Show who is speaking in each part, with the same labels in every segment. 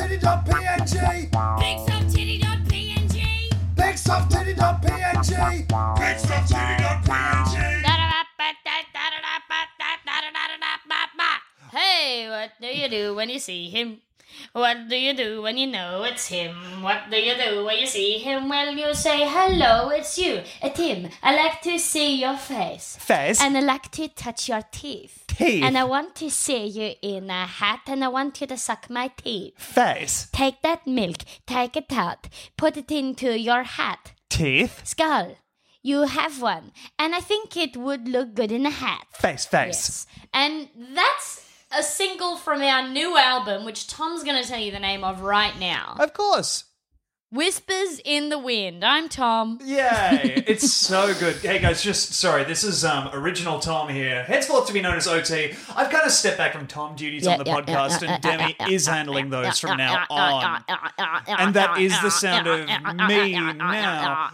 Speaker 1: Bigsofttitty.png
Speaker 2: Bigsofttitty.png.
Speaker 1: Bigsofttitty.png Bigsofttitty.png
Speaker 2: Hey, what do you do when you see him? What do you do when you know it's him? What do you do when you see him? Well, you say, hello, it's you, it's him. I like to see your face.
Speaker 3: Fez.
Speaker 2: And I like to touch your teeth.
Speaker 3: Teeth.
Speaker 2: And I want to see you in a hat and I want you to suck my teeth.
Speaker 3: Fez.
Speaker 2: Take that milk, take it out, put it into your hat.
Speaker 3: Teeth.
Speaker 2: Skull, you have one. And I think it would look good in a hat.
Speaker 3: Face.
Speaker 2: Yes.
Speaker 3: Face.
Speaker 2: And that's a single from our new album, which Tom's going to tell you the name of right now
Speaker 3: Of course.
Speaker 2: Whispers in the Wind. I'm Tom.
Speaker 3: Yay! it's so good. Hey guys, just sorry. This is um, original Tom here, henceforth to be known as OT. I've kind of stepped back from Tom duties on the
Speaker 2: uh,
Speaker 3: podcast, and Demi is handling those from now on.
Speaker 2: uh,
Speaker 3: And that is the sound of me now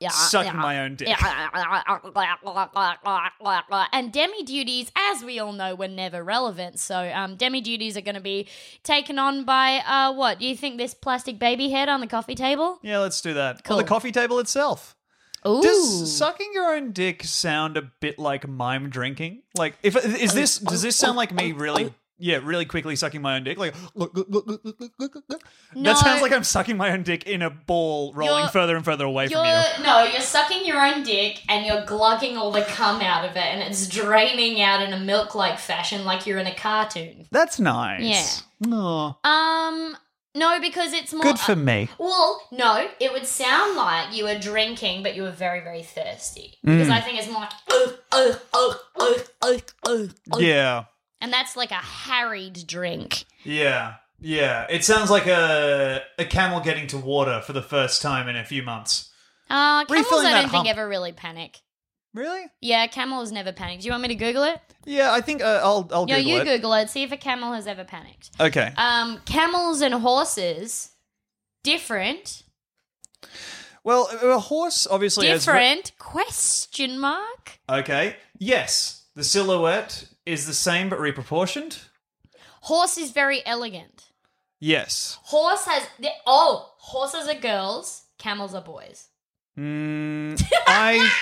Speaker 3: uh, sucking my own dick.
Speaker 2: uh, and demi duties, as we all know, were never relevant. So um, demi duties are going to be taken on by uh, what? Do you think this plastic baby head on the coffee table?
Speaker 3: Yeah, let's do that.
Speaker 2: Cool.
Speaker 3: On the coffee table itself.
Speaker 2: Ooh.
Speaker 3: Does sucking your own dick sound a bit like mime drinking? Like, if is
Speaker 2: Uh,
Speaker 3: this does this sound like me really? Yeah, really quickly sucking my own dick. Like, look, look, look, look, look, look, look, look.
Speaker 2: No.
Speaker 3: That sounds like I'm sucking my own dick in a ball, rolling
Speaker 2: You're-
Speaker 3: further and further away
Speaker 2: You're
Speaker 3: from you.
Speaker 2: no, you're sucking your own dick and you're glugging all the cum out of it, and it's draining out in a milk-like fashion, like you're in a cartoon.
Speaker 3: That's nice. Yeah.
Speaker 2: Um, no, because it's more uh,
Speaker 3: good for me.
Speaker 2: Well, no, it would sound like you were drinking, but you were very, very thirsty.
Speaker 3: Mm.
Speaker 2: Because I think it's more like, "Oh, "Ugh, ugh, ugh, ugh, ugh, ugh, ugh."
Speaker 3: Yeah.
Speaker 2: oh, and that's like a harried drink.
Speaker 3: Yeah. Yeah. It sounds like a a camel getting to water for the first time in a few months.
Speaker 2: Uh, camels,
Speaker 3: Refilling
Speaker 2: I
Speaker 3: that
Speaker 2: don't
Speaker 3: hump.
Speaker 2: think ever really panic.
Speaker 3: Really?
Speaker 2: Yeah, camel has never panicked. Do you want me to Google it?
Speaker 3: Yeah, I think uh, I'll I'll
Speaker 2: no,
Speaker 3: Google
Speaker 2: you
Speaker 3: it.
Speaker 2: Google it. See if a camel has ever panicked.
Speaker 3: Okay.
Speaker 2: Um, camels and horses, different,
Speaker 3: Well, a a horse obviously has ve-
Speaker 2: different question mark.
Speaker 3: Okay. Yes, the silhouette is the same but reproportioned.
Speaker 2: Horse is very elegant.
Speaker 3: Yes.
Speaker 2: Horse has the oh, horses are girls, camels are boys.
Speaker 3: Mm, I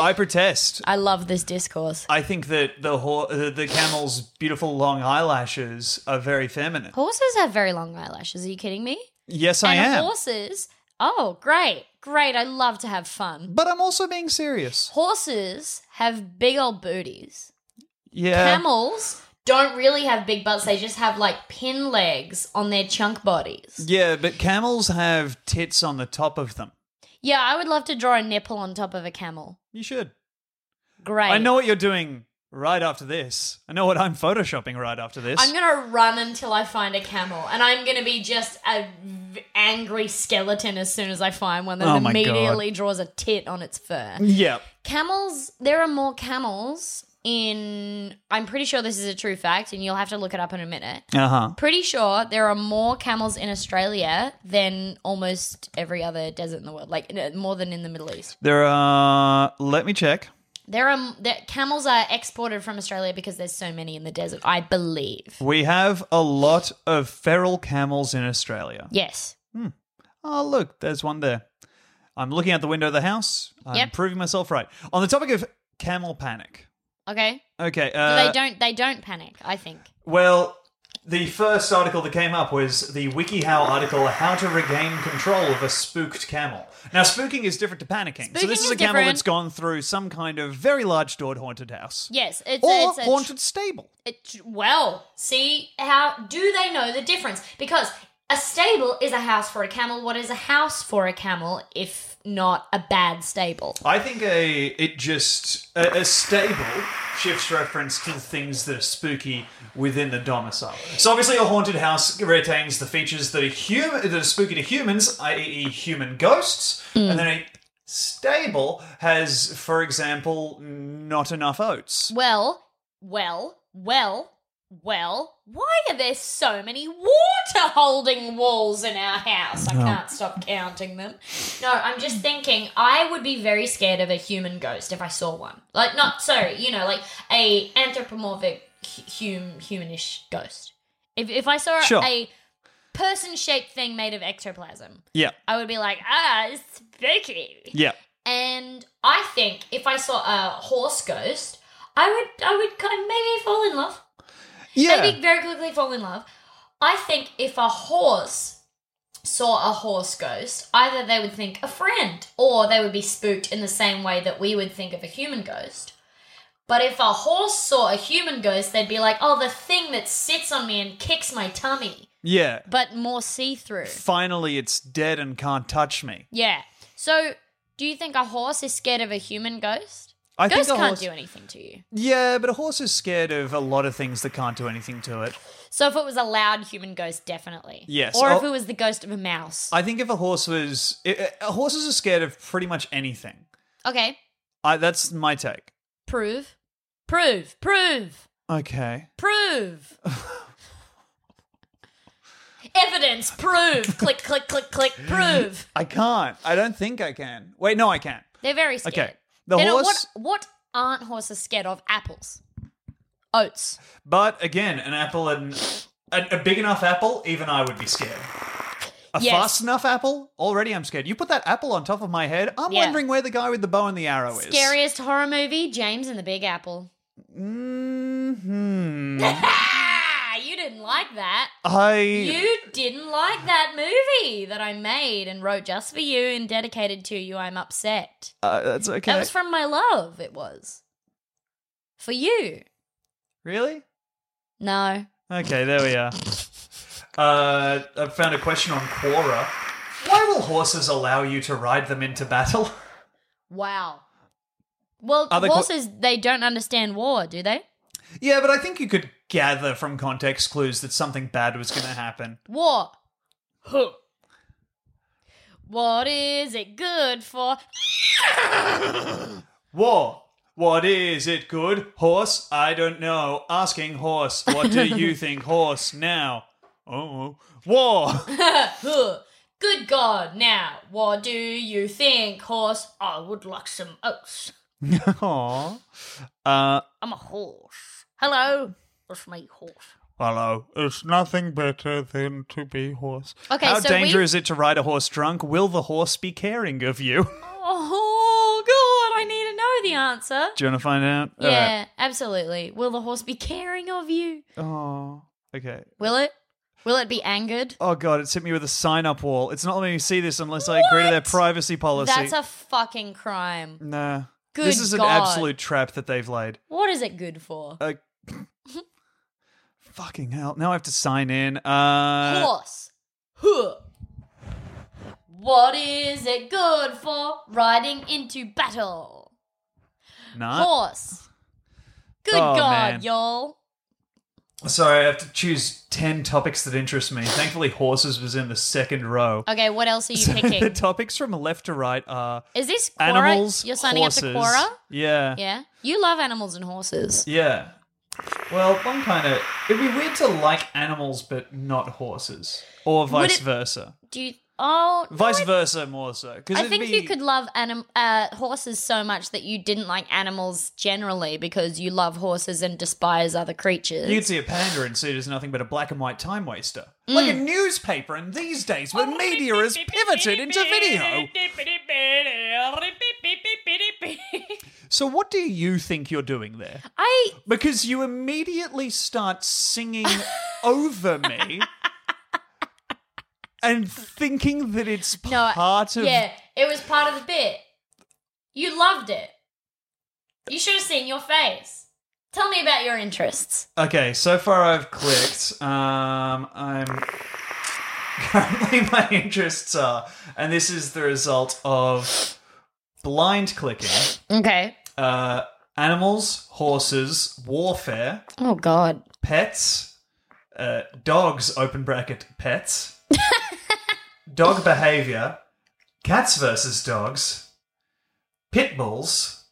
Speaker 3: I protest.
Speaker 2: I love this discourse.
Speaker 3: I think that the hor- the the camel's beautiful long eyelashes are very feminine.
Speaker 2: Horses have very long eyelashes. Are you kidding me?
Speaker 3: Yes, I
Speaker 2: and
Speaker 3: am.
Speaker 2: horses, oh, great, great. I love to have fun.
Speaker 3: But I'm also being serious.
Speaker 2: Horses have big old booties.
Speaker 3: Yeah.
Speaker 2: Camels don't really have big butts. They just have like pin legs on their chunk bodies.
Speaker 3: Yeah, but camels have tits on the top of them.
Speaker 2: Yeah, I would love to draw a nipple on top of a camel.
Speaker 3: You should.
Speaker 2: Great.
Speaker 3: I know what you're doing right after this. I know what I'm photoshopping right after this.
Speaker 2: I'm gonna run until I find a camel, and I'm gonna be just a v- angry skeleton as soon as I find one that
Speaker 3: Oh my
Speaker 2: immediately draws a tit on its fur.
Speaker 3: yeah.
Speaker 2: Camels, there are more camels in. I'm pretty sure this is a true fact, and you'll have to look it up in a minute.
Speaker 3: Uh huh.
Speaker 2: Pretty sure there are more camels in Australia than almost every other desert in the world, like n- more than in the Middle East.
Speaker 3: There are. Let me check.
Speaker 2: There are there, camels are exported from Australia because there's so many in the desert, I believe.
Speaker 3: We have a lot of feral camels in Australia.
Speaker 2: Yes.
Speaker 3: Oh, look, there's one there. I'm looking out the window of the house. I'm
Speaker 2: Yep.
Speaker 3: proving myself right. On the topic of camel panic.
Speaker 2: Okay.
Speaker 3: Okay.
Speaker 2: But
Speaker 3: Uh,
Speaker 2: they don't. They don't panic. I think.
Speaker 3: well, The first article that came up was the WikiHow article, How to Regain Control of a Spooked Camel. Now, spooking is different to panicking. so,
Speaker 2: Spooking
Speaker 3: this is,
Speaker 2: is
Speaker 3: a camel
Speaker 2: different.
Speaker 3: that's gone through some kind of very large doored haunted house.
Speaker 2: Yes, it's
Speaker 3: Or
Speaker 2: it's a tr-
Speaker 3: haunted stable.
Speaker 2: It, well, see how do they know the difference? Because a stable is a house for a camel. What is a house for a camel if not a bad stable?
Speaker 3: I think a it just a, a stable shifts reference to the things that are spooky within the domicile. So obviously, a haunted house retains the features that are human that are spooky to humans, i.e., human ghosts, and then a stable has, for example, not enough oats.
Speaker 2: Well, well, well, well. Why are there so many water holding walls in our house? I can't stop counting them. No, I'm just thinking I would be very scared of a human ghost if I saw one. Like not sorry, you know, like a anthropomorphic hu- hum, humanish ghost. If if I saw
Speaker 3: Sure.
Speaker 2: a person-shaped thing made of ectoplasm,
Speaker 3: Yeah,
Speaker 2: I would be like, "Ah, it's spooky."
Speaker 3: yeah.
Speaker 2: And I think if I saw a horse ghost, I would I would kind of maybe fall in love. Maybe very quickly fall in love. I think if a horse saw a horse ghost, either they would think a friend or they would be spooked in the same way that we would think of a human ghost. But if a horse saw a human ghost, they'd be like, "Oh, the thing that sits on me and kicks my tummy,
Speaker 3: Yeah.
Speaker 2: but more see-through."
Speaker 3: Finally, it's dead and can't touch me.
Speaker 2: Yeah. So, do you think a horse is scared of a human ghost?
Speaker 3: I
Speaker 2: Ghosts
Speaker 3: think a
Speaker 2: can't
Speaker 3: horse-
Speaker 2: do anything to you.
Speaker 3: Yeah, but a horse is scared of a lot of things that can't do anything to it.
Speaker 2: So if it was a loud human ghost, definitely.
Speaker 3: Yes,
Speaker 2: Or if
Speaker 3: I'll-
Speaker 2: it was the ghost of a mouse.
Speaker 3: I think if a horse was, i- i- horses are scared of pretty much anything.
Speaker 2: okay.
Speaker 3: I, that's my take.
Speaker 2: Prove. Prove. Prove.
Speaker 3: Okay.
Speaker 2: Prove. Evidence. Prove. click, click, click, click. Prove.
Speaker 3: I can't. I don't think I can. Wait, no, I can.
Speaker 2: They're very scared.
Speaker 3: Okay. The
Speaker 2: They know-
Speaker 3: horse,
Speaker 2: What, what aren't horses scared of? Apples. Oats.
Speaker 3: but again, an apple and a, a big enough apple, even I would be scared. A
Speaker 2: Yes.
Speaker 3: fast enough apple? Already I'm scared. You put that apple on top of my head, I'm
Speaker 2: Yeah.
Speaker 3: wondering where the guy with the bow and the arrow is.
Speaker 2: Scariest horror movie? James and the Big Apple.
Speaker 3: hmm
Speaker 2: Ah, you didn't like that.
Speaker 3: I.
Speaker 2: You didn't like that movie that I made and wrote just for you and dedicated to you. I'm upset.
Speaker 3: uh, that's okay.
Speaker 2: That was from my love, it was. For you.
Speaker 3: really?
Speaker 2: No.
Speaker 3: Okay, there we are. Uh, I found a question on Quora. Why will horses allow you to ride them into battle?
Speaker 2: Wow. Well,
Speaker 3: Are they co-
Speaker 2: horses, they don't understand war, do they?
Speaker 3: Yeah, but I think you could gather from context clues that something bad was going to happen.
Speaker 2: War. Huh. What is it good for?
Speaker 3: War. What is it good? Horse? I don't know. Asking horse. What do you think? Horse now. Oh. War.
Speaker 2: Huh. Good God, now, what do you think, horse? I would like some oats.
Speaker 3: Aw. Uh,
Speaker 2: I'm a horse. Hello, it's me, horse.
Speaker 3: hello. It's nothing better than to be horse.
Speaker 2: Okay,
Speaker 3: How
Speaker 2: so
Speaker 3: dangerous
Speaker 2: we-
Speaker 3: is it to ride a horse drunk? Will the horse be caring of you?
Speaker 2: Oh God, I need to know the answer.
Speaker 3: do you want to find out?
Speaker 2: Yeah, absolutely. Will the horse be caring of you?
Speaker 3: Oh. Okay.
Speaker 2: Will it? Will it be angered?
Speaker 3: Oh god, it's hit me with a sign up wall. It's not letting me see this unless I agree to their privacy policy.
Speaker 2: That's a fucking crime.
Speaker 3: Nah.
Speaker 2: Good
Speaker 3: this is an
Speaker 2: God.
Speaker 3: absolute trap that they've laid.
Speaker 2: What is it good for?
Speaker 3: Uh, fucking hell. Now I have to sign in. Uh,
Speaker 2: horse. Huh. What is it good for? Riding into battle.
Speaker 3: nah.
Speaker 2: horse. Good
Speaker 3: Oh,
Speaker 2: God,
Speaker 3: man.
Speaker 2: y'all.
Speaker 3: Sorry, I have to choose 10 topics that interest me. Thankfully, horses was in the second row.
Speaker 2: Okay, what else are you
Speaker 3: the
Speaker 2: picking?
Speaker 3: topics from left to right are
Speaker 2: Is this Quora?
Speaker 3: animals,
Speaker 2: You're signing
Speaker 3: horses.
Speaker 2: up to Quora?
Speaker 3: Yeah.
Speaker 2: Yeah. You love animals and horses.
Speaker 3: Yeah. Well, one kind of. It'd be weird to like animals but not horses. Or vice
Speaker 2: it-
Speaker 3: versa.
Speaker 2: Do you? Oh, no,
Speaker 3: Vice
Speaker 2: I-
Speaker 3: versa, more so. 'cause
Speaker 2: I
Speaker 3: it'd
Speaker 2: think
Speaker 3: be-
Speaker 2: you could love anim- uh, horses so much that you didn't like animals generally because you love horses and despise other creatures.
Speaker 3: You could see a panda and see it as nothing but a black and white time waster.
Speaker 2: Mm.
Speaker 3: Like a newspaper, and these days
Speaker 2: Oh,
Speaker 3: when media is pivoted into video. So, what do you think you're doing there?
Speaker 2: I
Speaker 3: Because you immediately start singing over me and thinking that it's
Speaker 2: No, I-
Speaker 3: part of
Speaker 2: yeah, it was part of the bit. You loved it. You should have seen your face. Tell me about your interests.
Speaker 3: Okay, so far I've clicked. Um, I'm currently my interests are, and this is the result of blind clicking.
Speaker 2: Okay.
Speaker 3: Uh, animals, horses, warfare,
Speaker 2: Oh God.
Speaker 3: pets, uh, dogs. Open bracket pets. dog behavior, cats versus dogs, pit bulls,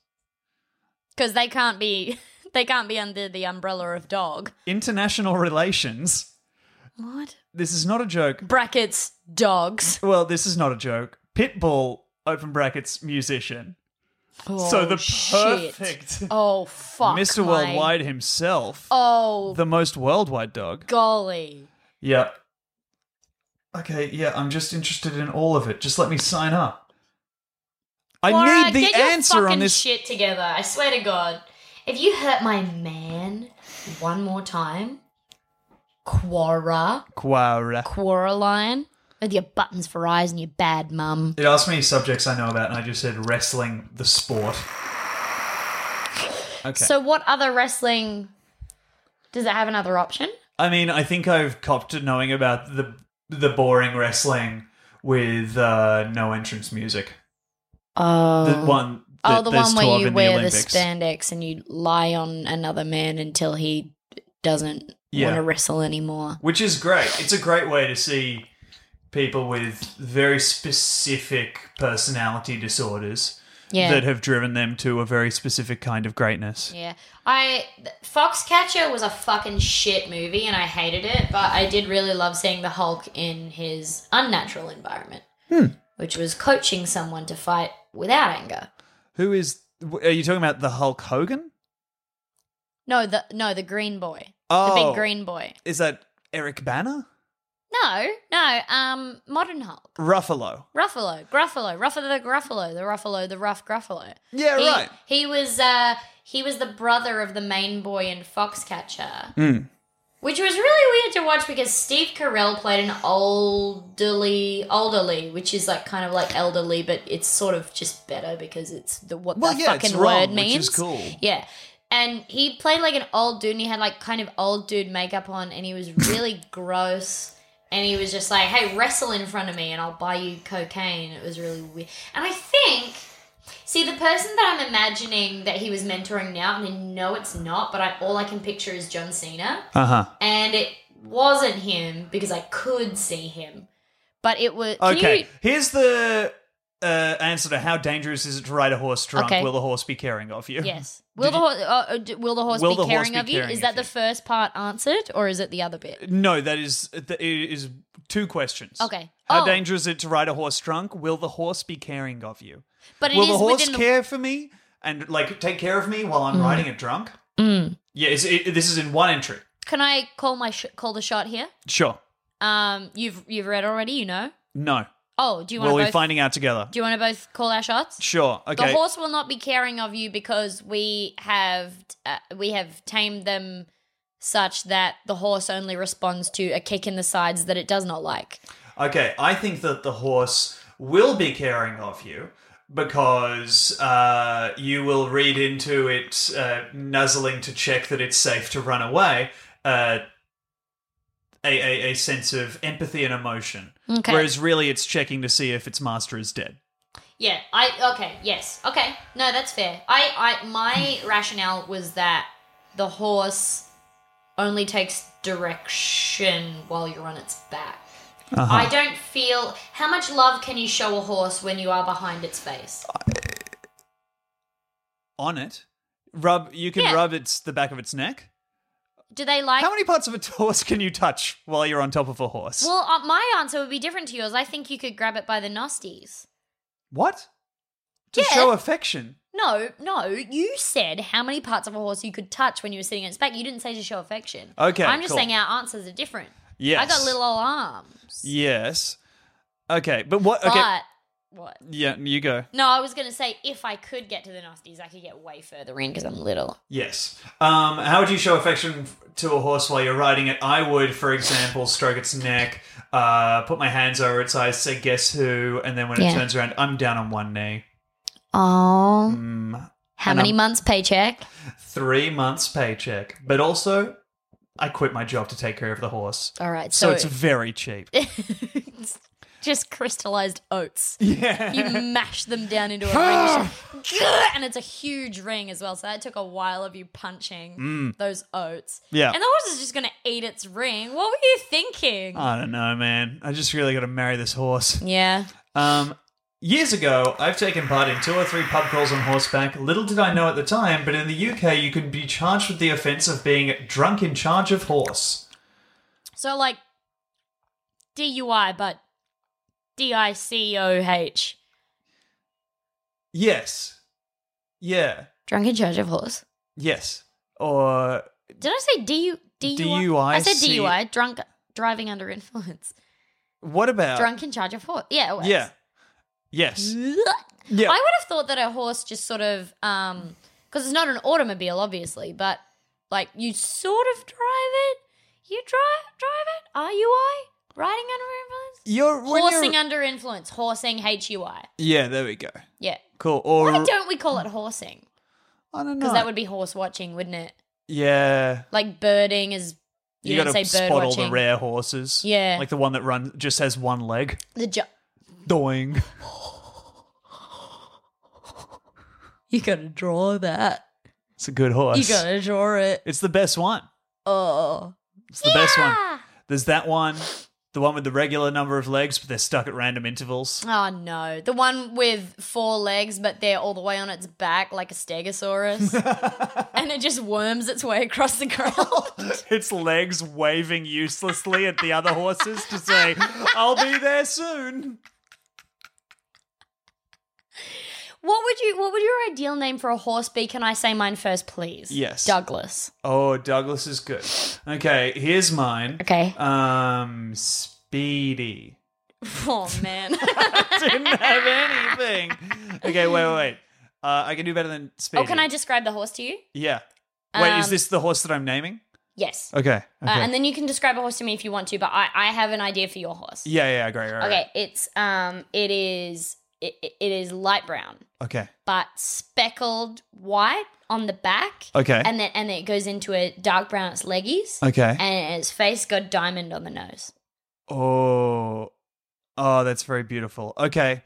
Speaker 2: Because they can't be. They can't be under the umbrella of dog.
Speaker 3: international relations.
Speaker 2: What?
Speaker 3: This is not a joke.
Speaker 2: Brackets dogs.
Speaker 3: Well, this is not a joke. Pitbull, open brackets, musician. so the
Speaker 2: Oh, shit.
Speaker 3: perfect
Speaker 2: Oh fuck.
Speaker 3: Mr.
Speaker 2: my-
Speaker 3: Worldwide himself,
Speaker 2: Oh
Speaker 3: the most worldwide dog.
Speaker 2: golly.
Speaker 3: Yeah. Okay, yeah, I'm just interested in all of it. Just let me sign up. I
Speaker 2: Laura,
Speaker 3: need the
Speaker 2: get your
Speaker 3: answer
Speaker 2: fucking
Speaker 3: on this.
Speaker 2: shit together. I swear to God, if you hurt my man one more time, Quora,
Speaker 3: Quora.
Speaker 2: Coraline, with your buttons for eyes and your bad mum.
Speaker 3: It asked me subjects I know about, and I just said wrestling, the sport. Okay.
Speaker 2: So, what other wrestling does it have another option?
Speaker 3: I mean, I think I've copped to knowing about the the boring wrestling with uh, no entrance music.
Speaker 2: Oh,
Speaker 3: The one. That
Speaker 2: oh, the
Speaker 3: there's
Speaker 2: one where
Speaker 3: 12
Speaker 2: you
Speaker 3: in
Speaker 2: wear
Speaker 3: the
Speaker 2: the,
Speaker 3: Olympics.
Speaker 2: spandex and you lie on another man until he doesn't
Speaker 3: Yeah.
Speaker 2: want to wrestle anymore.
Speaker 3: which is great. It's a great way to see people with very specific personality disorders
Speaker 2: Yeah.
Speaker 3: that have driven them to a very specific kind of greatness.
Speaker 2: Yeah, I th- Foxcatcher was a fucking shit movie, and I hated it. But I did really love seeing the Hulk in his unnatural environment,
Speaker 3: Hmm.
Speaker 2: which was coaching someone to fight without anger.
Speaker 3: Who is? Are you talking about the Hulk Hogan?
Speaker 2: No, the no, the green boy, the
Speaker 3: Oh.
Speaker 2: big green boy.
Speaker 3: Is that Eric Banner?
Speaker 2: No, no, um, modern Hulk,
Speaker 3: Ruffalo.
Speaker 2: Ruffalo, Gruffalo, Ruffalo the Gruffalo, the Ruffalo, the rough Gruffalo.
Speaker 3: Yeah,
Speaker 2: he,
Speaker 3: right.
Speaker 2: He was uh he was the brother of the main boy in Foxcatcher. Which was really weird to watch because Steve Carell played an elderly, elderly, which is like kind of like elderly, but it's sort of just better because it's the what
Speaker 3: Well,
Speaker 2: the
Speaker 3: yeah, it's
Speaker 2: fucking
Speaker 3: wrong,
Speaker 2: word
Speaker 3: which
Speaker 2: means.
Speaker 3: is cool.
Speaker 2: Yeah, and he played like an old dude, and he had like kind of old dude makeup on, and he was really gross. And he was just like, "Hey, wrestle in front of me, and I'll buy you cocaine." It was really weird, and I think See, the person that I'm imagining that he was mentoring now, and I know it's not, but I, all I can picture is John Cena.
Speaker 3: Uh huh.
Speaker 2: And it wasn't him because I could see him. But it was. can
Speaker 3: Okay.
Speaker 2: you-
Speaker 3: Here's the uh, answer to how dangerous is it to ride a horse drunk?
Speaker 2: Okay.
Speaker 3: Will the horse be caring of you?
Speaker 2: yes. Will the, horse, uh, uh, d- will the horse
Speaker 3: Will
Speaker 2: be
Speaker 3: the horse
Speaker 2: caring
Speaker 3: be
Speaker 2: of you?
Speaker 3: caring
Speaker 2: Is
Speaker 3: of
Speaker 2: that the
Speaker 3: you?
Speaker 2: first part answered, or is it the other bit?
Speaker 3: No, that is that is two questions.
Speaker 2: Okay.
Speaker 3: How
Speaker 2: Oh.
Speaker 3: dangerous is it to ride a horse drunk? Will the horse be caring of you?
Speaker 2: But it is
Speaker 3: Will the horse
Speaker 2: within the. Mm.
Speaker 3: care for me and like take care of me while I'm riding it drunk? Yeah, it's, it, this is in one entry.
Speaker 2: Can I call my sh- call the shot here?
Speaker 3: Sure.
Speaker 2: Um, you've you've read already, you know.
Speaker 3: No.
Speaker 2: Oh, do you want
Speaker 3: Well,
Speaker 2: to
Speaker 3: we're
Speaker 2: both?
Speaker 3: finding out together.
Speaker 2: do you want to both call our shots?
Speaker 3: Sure. Okay.
Speaker 2: The horse will not be caring of you because we have uh, we have tamed them such that the horse only responds to a kick in the sides that it does not like.
Speaker 3: Okay, I think that the horse will be caring of you because uh, you will read into it uh, nuzzling to check that it's safe to run away. Uh, a, a, a sense of empathy and emotion.
Speaker 2: Okay.
Speaker 3: Whereas really it's checking to see if its master is dead.
Speaker 2: Yeah, I okay, yes. Okay. No, that's fair. I I my rationale was that the horse only takes direction while you're on its back.
Speaker 3: Uh-huh.
Speaker 2: I don't feel how much love can you show a horse when you are behind its face?
Speaker 3: On it. Rub you can
Speaker 2: Yeah.
Speaker 3: rub its the back of its neck.
Speaker 2: Do they like
Speaker 3: How many parts of a horse can you touch while you're on top of a horse?
Speaker 2: Well, uh, my answer would be different to yours. I think you could grab it by the nosties.
Speaker 3: what? To
Speaker 2: Yeah.
Speaker 3: show affection.
Speaker 2: No, no, you said how many parts of a horse you could touch when you were sitting on its back. You didn't say to show affection.
Speaker 3: Okay,
Speaker 2: I'm just
Speaker 3: cool.
Speaker 2: saying our answers are different.
Speaker 3: Yes.
Speaker 2: I got little old arms.
Speaker 3: Yes. Okay, but what? Okay,
Speaker 2: But what?
Speaker 3: yeah, you go.
Speaker 2: No, I was going to say if I could get to the nosties, I could get way further in because I'm little.
Speaker 3: Yes. Um, how would you show affection f- to a horse while you're riding it, I would, for example, stroke its neck, uh, put my hands over its eyes, say "Guess who," and then when
Speaker 2: Yeah.
Speaker 3: it turns around, I'm down on one knee.
Speaker 2: Oh, how
Speaker 3: Mm. And
Speaker 2: many
Speaker 3: I'm-
Speaker 2: months paycheck?
Speaker 3: Three months paycheck, but also I quit my job to take care of the horse,
Speaker 2: All right, Oh,
Speaker 3: so
Speaker 2: so,
Speaker 3: it's very cheap.
Speaker 2: it's just crystallized oats.
Speaker 3: yeah.
Speaker 2: You mash them down into a ring, just- Gah! and it's a huge ring as well. So that took a while of you punching those oats.
Speaker 3: Mm. Yeah.
Speaker 2: and the horse is just going to eat its ring. What were you thinking?
Speaker 3: I don't know, man. I just really got to marry this horse.
Speaker 2: yeah,
Speaker 3: Um, years ago, I've taken part in two or three pub crawls on horseback. Little did I know at the time, but in the UK, you could be charged with the offence of being drunk in charge of horse.
Speaker 2: so like DUI, but D I C O H.
Speaker 3: Yes. Yeah.
Speaker 2: Drunk in charge of horse.
Speaker 3: Yes. Or
Speaker 2: Did I say DU, DUI?
Speaker 3: DUI?
Speaker 2: I said
Speaker 3: See-
Speaker 2: DUI. Drunk driving under influence.
Speaker 3: what about
Speaker 2: drunk in charge of horse. Mm. Yeah. it works.
Speaker 3: Uh. Yeah. Yes. Yeah.
Speaker 2: I would have thought that a horse just sort of, um, because it's not an automobile, obviously, but like you sort of drive it. You drive drive it. Are you I riding under
Speaker 3: You're when
Speaker 2: influence?
Speaker 3: you're-
Speaker 2: Horsing under influence. Horsing. H U I.
Speaker 3: Yeah. There we go.
Speaker 2: Yeah.
Speaker 3: Cool. Or
Speaker 2: Why don't we call it horsing?
Speaker 3: I don't know.
Speaker 2: Because that would be horse watching, wouldn't it?
Speaker 3: yeah.
Speaker 2: Like birding is. You,
Speaker 3: You,
Speaker 2: don't
Speaker 3: gotta
Speaker 2: say bird
Speaker 3: spot all
Speaker 2: watching.
Speaker 3: the rare horses.
Speaker 2: Yeah.
Speaker 3: Like the one that runs just has one leg.
Speaker 2: The ju-
Speaker 3: Doing.
Speaker 2: you gotta draw that.
Speaker 3: It's a good horse.
Speaker 2: You gotta draw it.
Speaker 3: It's the best one.
Speaker 2: Oh.
Speaker 3: It's the best one. There's that one, the one with the regular number of legs, but they're stuck at random intervals.
Speaker 2: Oh no, the one with four legs, but they're all the way on its back like a stegosaurus, and it just worms its way across the ground.
Speaker 3: Its legs waving uselessly at the other horses to say, I'll be there soon.
Speaker 2: what would you? What would your ideal name for a horse be? Can I say mine first, please?
Speaker 3: Yes.
Speaker 2: Douglas.
Speaker 3: Oh, Douglas is good. Okay, here's mine.
Speaker 2: Okay.
Speaker 3: Um, Speedy.
Speaker 2: Oh man.
Speaker 3: Didn't have anything. Okay, wait, wait, wait. Uh, I can do better than Speedy.
Speaker 2: oh, can I describe the horse to you?
Speaker 3: Yeah. Wait, is
Speaker 2: Um,
Speaker 3: this the horse that I'm naming?
Speaker 2: Yes.
Speaker 3: Okay. okay.
Speaker 2: Uh, and then you can describe a horse to me if you want to, but I, I have an idea for your horse.
Speaker 3: yeah, yeah, great, right.
Speaker 2: Okay, it's um, it is it, it- it is light brown,
Speaker 3: Okay.
Speaker 2: but speckled white on the back.
Speaker 3: Okay.
Speaker 2: and then and then it goes into a dark brown at its leggies
Speaker 3: Okay.
Speaker 2: and its face got diamond on the nose
Speaker 3: Oh, oh, that's very beautiful. Okay.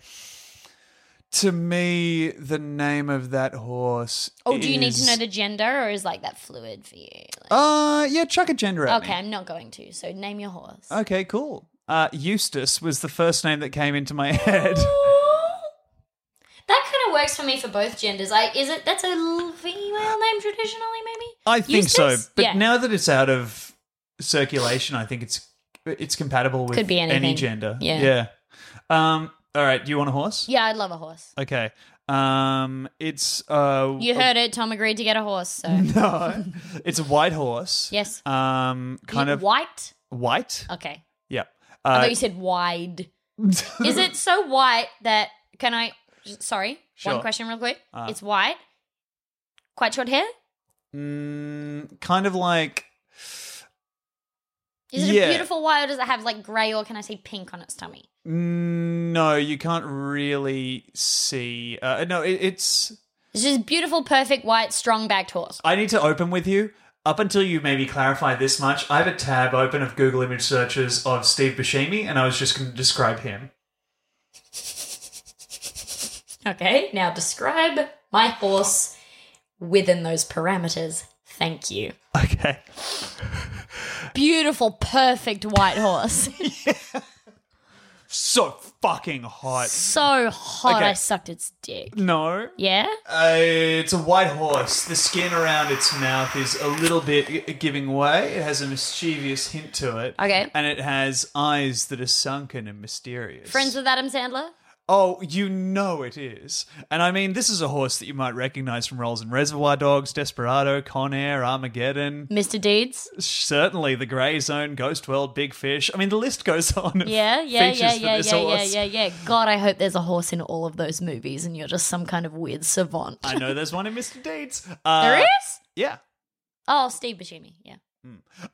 Speaker 3: To me, the name of that horse.
Speaker 2: oh do you need to
Speaker 3: is-
Speaker 2: know the gender or is like that fluid for you Like-
Speaker 3: Uh, yeah, chuck a gender at
Speaker 2: okay
Speaker 3: me.
Speaker 2: i'm not going to so name your horse
Speaker 3: Okay, cool. Uh, Eustace was the first name that came into my head.
Speaker 2: that kind of works for me for both genders like is it that's a l- female name traditionally maybe
Speaker 3: I think so,
Speaker 2: Eustace?
Speaker 3: but
Speaker 2: Yeah.
Speaker 3: now that it's out of circulation, I think it's it's compatible with
Speaker 2: Could be
Speaker 3: any
Speaker 2: anything.
Speaker 3: gender.
Speaker 2: Yeah.
Speaker 3: Yeah. Um. All right. Do you want a horse?
Speaker 2: yeah i'd love a horse
Speaker 3: Okay. Um. It's uh.
Speaker 2: you heard it tom agreed to get a horse so
Speaker 3: No, it's a white horse.
Speaker 2: yes
Speaker 3: Um, kind
Speaker 2: You-
Speaker 3: of
Speaker 2: white
Speaker 3: white.
Speaker 2: okay
Speaker 3: Yeah.
Speaker 2: i
Speaker 3: Uh,
Speaker 2: thought you said wide Is it so white that can I? Sorry,
Speaker 3: Sure. Uh.
Speaker 2: one question real quick. it's white, quite short hair.
Speaker 3: mm, kind of like
Speaker 2: Is it
Speaker 3: yeah.
Speaker 2: a beautiful white, or does it have like grey, or can I say pink on its tummy?
Speaker 3: mm, no, you can't really see. Uh, no, it, it's.
Speaker 2: It's just beautiful, perfect white, strong backed horse.
Speaker 3: I need to open with you. Up until you maybe clarify this much, I have a tab open of Google image searches of Steve Buscemi, and I was just going to describe him.
Speaker 2: Okay, now describe my horse within those parameters. Thank you.
Speaker 3: Okay.
Speaker 2: Beautiful, perfect white horse.
Speaker 3: So fucking hot.
Speaker 2: so hot,
Speaker 3: Okay.
Speaker 2: I sucked its dick.
Speaker 3: No.
Speaker 2: Yeah?
Speaker 3: Uh, it's a white horse. The skin around its mouth is a little bit g- giving way. It has a mischievous hint to it.
Speaker 2: Okay.
Speaker 3: And it has eyes that are sunken and mysterious.
Speaker 2: Friends with Adam Sandler?
Speaker 3: Oh, you know it is. And I mean, this is a horse that you might recognize from roles in Reservoir Dogs, Desperado, Con Air, Armageddon,
Speaker 2: Mr. Deeds?
Speaker 3: certainly The Grey Zone, Ghost World, Big Fish. I mean, the list goes on. of
Speaker 2: Yeah, yeah,
Speaker 3: features
Speaker 2: yeah,
Speaker 3: for
Speaker 2: yeah,
Speaker 3: this
Speaker 2: yeah, yeah,
Speaker 3: horse.
Speaker 2: yeah, yeah. God, I hope there's a horse in all of those movies and you're just some kind of weird savant.
Speaker 3: I know there's one in Mr. Deeds. Uh,
Speaker 2: there is?
Speaker 3: Yeah.
Speaker 2: Oh, Steve Buscemi, yeah.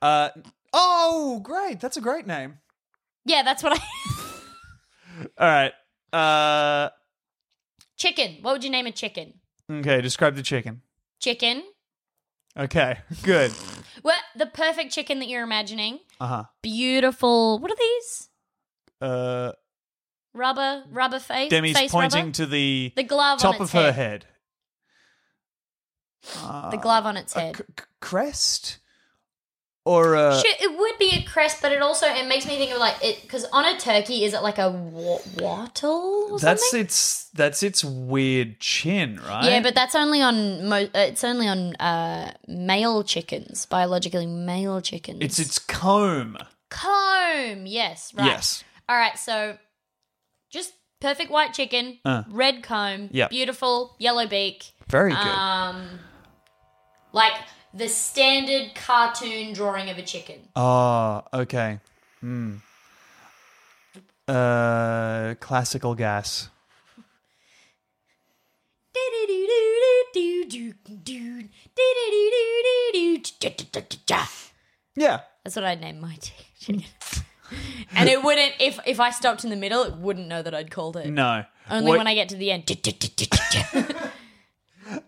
Speaker 3: Uh, oh, great. That's a great name.
Speaker 2: Yeah, that's what I.
Speaker 3: All right. Uh,
Speaker 2: chicken. What would you name a chicken?
Speaker 3: okay, describe the chicken.
Speaker 2: Chicken.
Speaker 3: Okay, good.
Speaker 2: What the perfect chicken that you're imagining?
Speaker 3: Uh-huh.
Speaker 2: Beautiful. What are these?
Speaker 3: Uh,
Speaker 2: Rubber, rubber face.
Speaker 3: Demi's
Speaker 2: face
Speaker 3: pointing
Speaker 2: rubber?
Speaker 3: to the,
Speaker 2: the glove
Speaker 3: top
Speaker 2: on its
Speaker 3: of her
Speaker 2: head.
Speaker 3: head.
Speaker 2: The glove on its head.
Speaker 3: C- c- crest? Or uh, a...
Speaker 2: Sure, it would be a crest, but it also it makes me think of like it because on a turkey, is it like a wa- wattle? Or
Speaker 3: That's
Speaker 2: something?
Speaker 3: its that's its weird chin, right?
Speaker 2: Yeah, but that's only on mo- uh, it's only on uh, male chickens, biologically male chickens.
Speaker 3: it's its comb.
Speaker 2: comb. Yes, right.
Speaker 3: Yes.
Speaker 2: All right, so just perfect white chicken,
Speaker 3: Uh.
Speaker 2: red comb,
Speaker 3: Yep.
Speaker 2: beautiful yellow beak,
Speaker 3: Very good.
Speaker 2: um, like the standard cartoon drawing of a chicken.
Speaker 3: Ah, okay. Hmm. Uh, classical gas. Yeah.
Speaker 2: That's what I'd name my chicken. and it wouldn't if if I stopped in the middle, it wouldn't know that I'd called it.
Speaker 3: No.
Speaker 2: Only
Speaker 3: What-
Speaker 2: when I get to the end.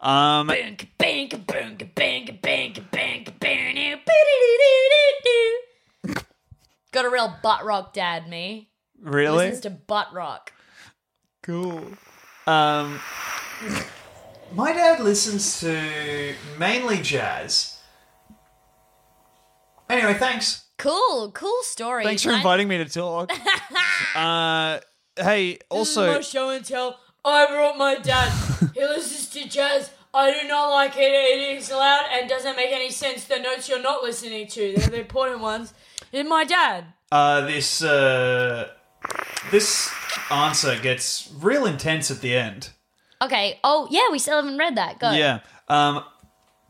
Speaker 3: um.
Speaker 2: Bang, bang, bang, bang, bang, bang, bang. Got a real butt rock dad, me.
Speaker 3: Really
Speaker 2: Listens to butt rock.
Speaker 3: cool. Um. My dad listens to mainly jazz. Anyway, thanks.
Speaker 2: Cool, cool story.
Speaker 3: Thanks for inviting me to talk. uh, hey, also,
Speaker 2: show and tell. I brought my dad. he listens to jazz. I do not like it. It is loud and doesn't make any sense. The notes you're not listening to, they're the important ones. It's my dad.
Speaker 3: uh, this uh, this answer gets real intense at the end.
Speaker 2: Okay. Oh yeah, we still haven't read that. Go.
Speaker 3: Yeah. Um,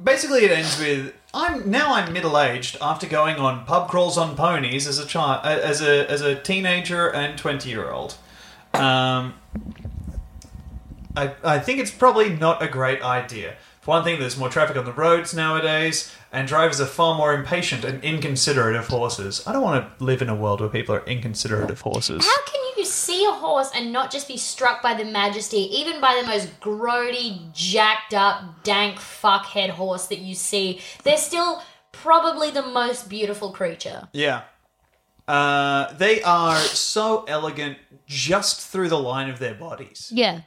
Speaker 3: basically, it ends with I'm now I'm middle aged after going on pub crawls on ponies as a child, as a as a teenager and twenty year old. Um, I I think it's probably not a great idea. For one thing, there's more traffic on the roads nowadays, and drivers are far more impatient and inconsiderate of horses. I don't want to live in a world where people are inconsiderate of horses.
Speaker 2: How can you see a horse and not just be struck by the majesty, even by the most grody, jacked up, dank fuckhead horse that you see? They're still probably the most beautiful creature.
Speaker 3: Yeah. Uh, they are so elegant just through the line of their bodies.
Speaker 2: Yeah.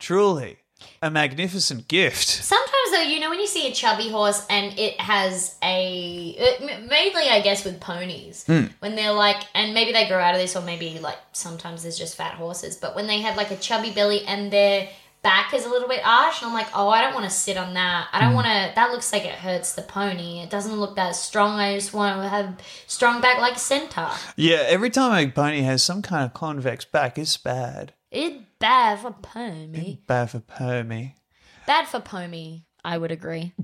Speaker 3: Truly, a magnificent gift.
Speaker 2: Sometimes, though, you know, when you see a chubby horse and it has a. it- m- mainly, I guess, with ponies. When they're like. And maybe they grow out of this, or maybe, like, sometimes there's just fat horses. But when they have, like, a chubby belly and their back is a little bit arched, and I'm like, oh, I don't want to sit on that. I don't want to. That looks like it hurts the pony. It doesn't look that strong. I just want to have strong back like a centaur.
Speaker 3: Yeah, every time a pony has some kind of convex back, it's bad.
Speaker 2: It's bad for pony.
Speaker 3: Bad for pony.
Speaker 2: Bad for pony, I would agree.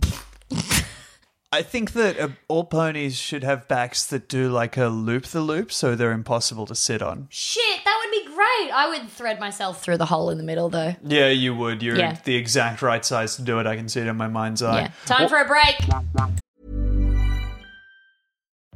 Speaker 3: I think that uh, all ponies should have backs that do like a loop the loop so they're impossible to sit on.
Speaker 2: Shit, that would be great. I would thread myself through the hole in the middle, though.
Speaker 3: Yeah, you would. You're
Speaker 2: Yeah.
Speaker 3: the exact right size to do it. I can see it in my mind's eye.
Speaker 2: Yeah. Time for a break.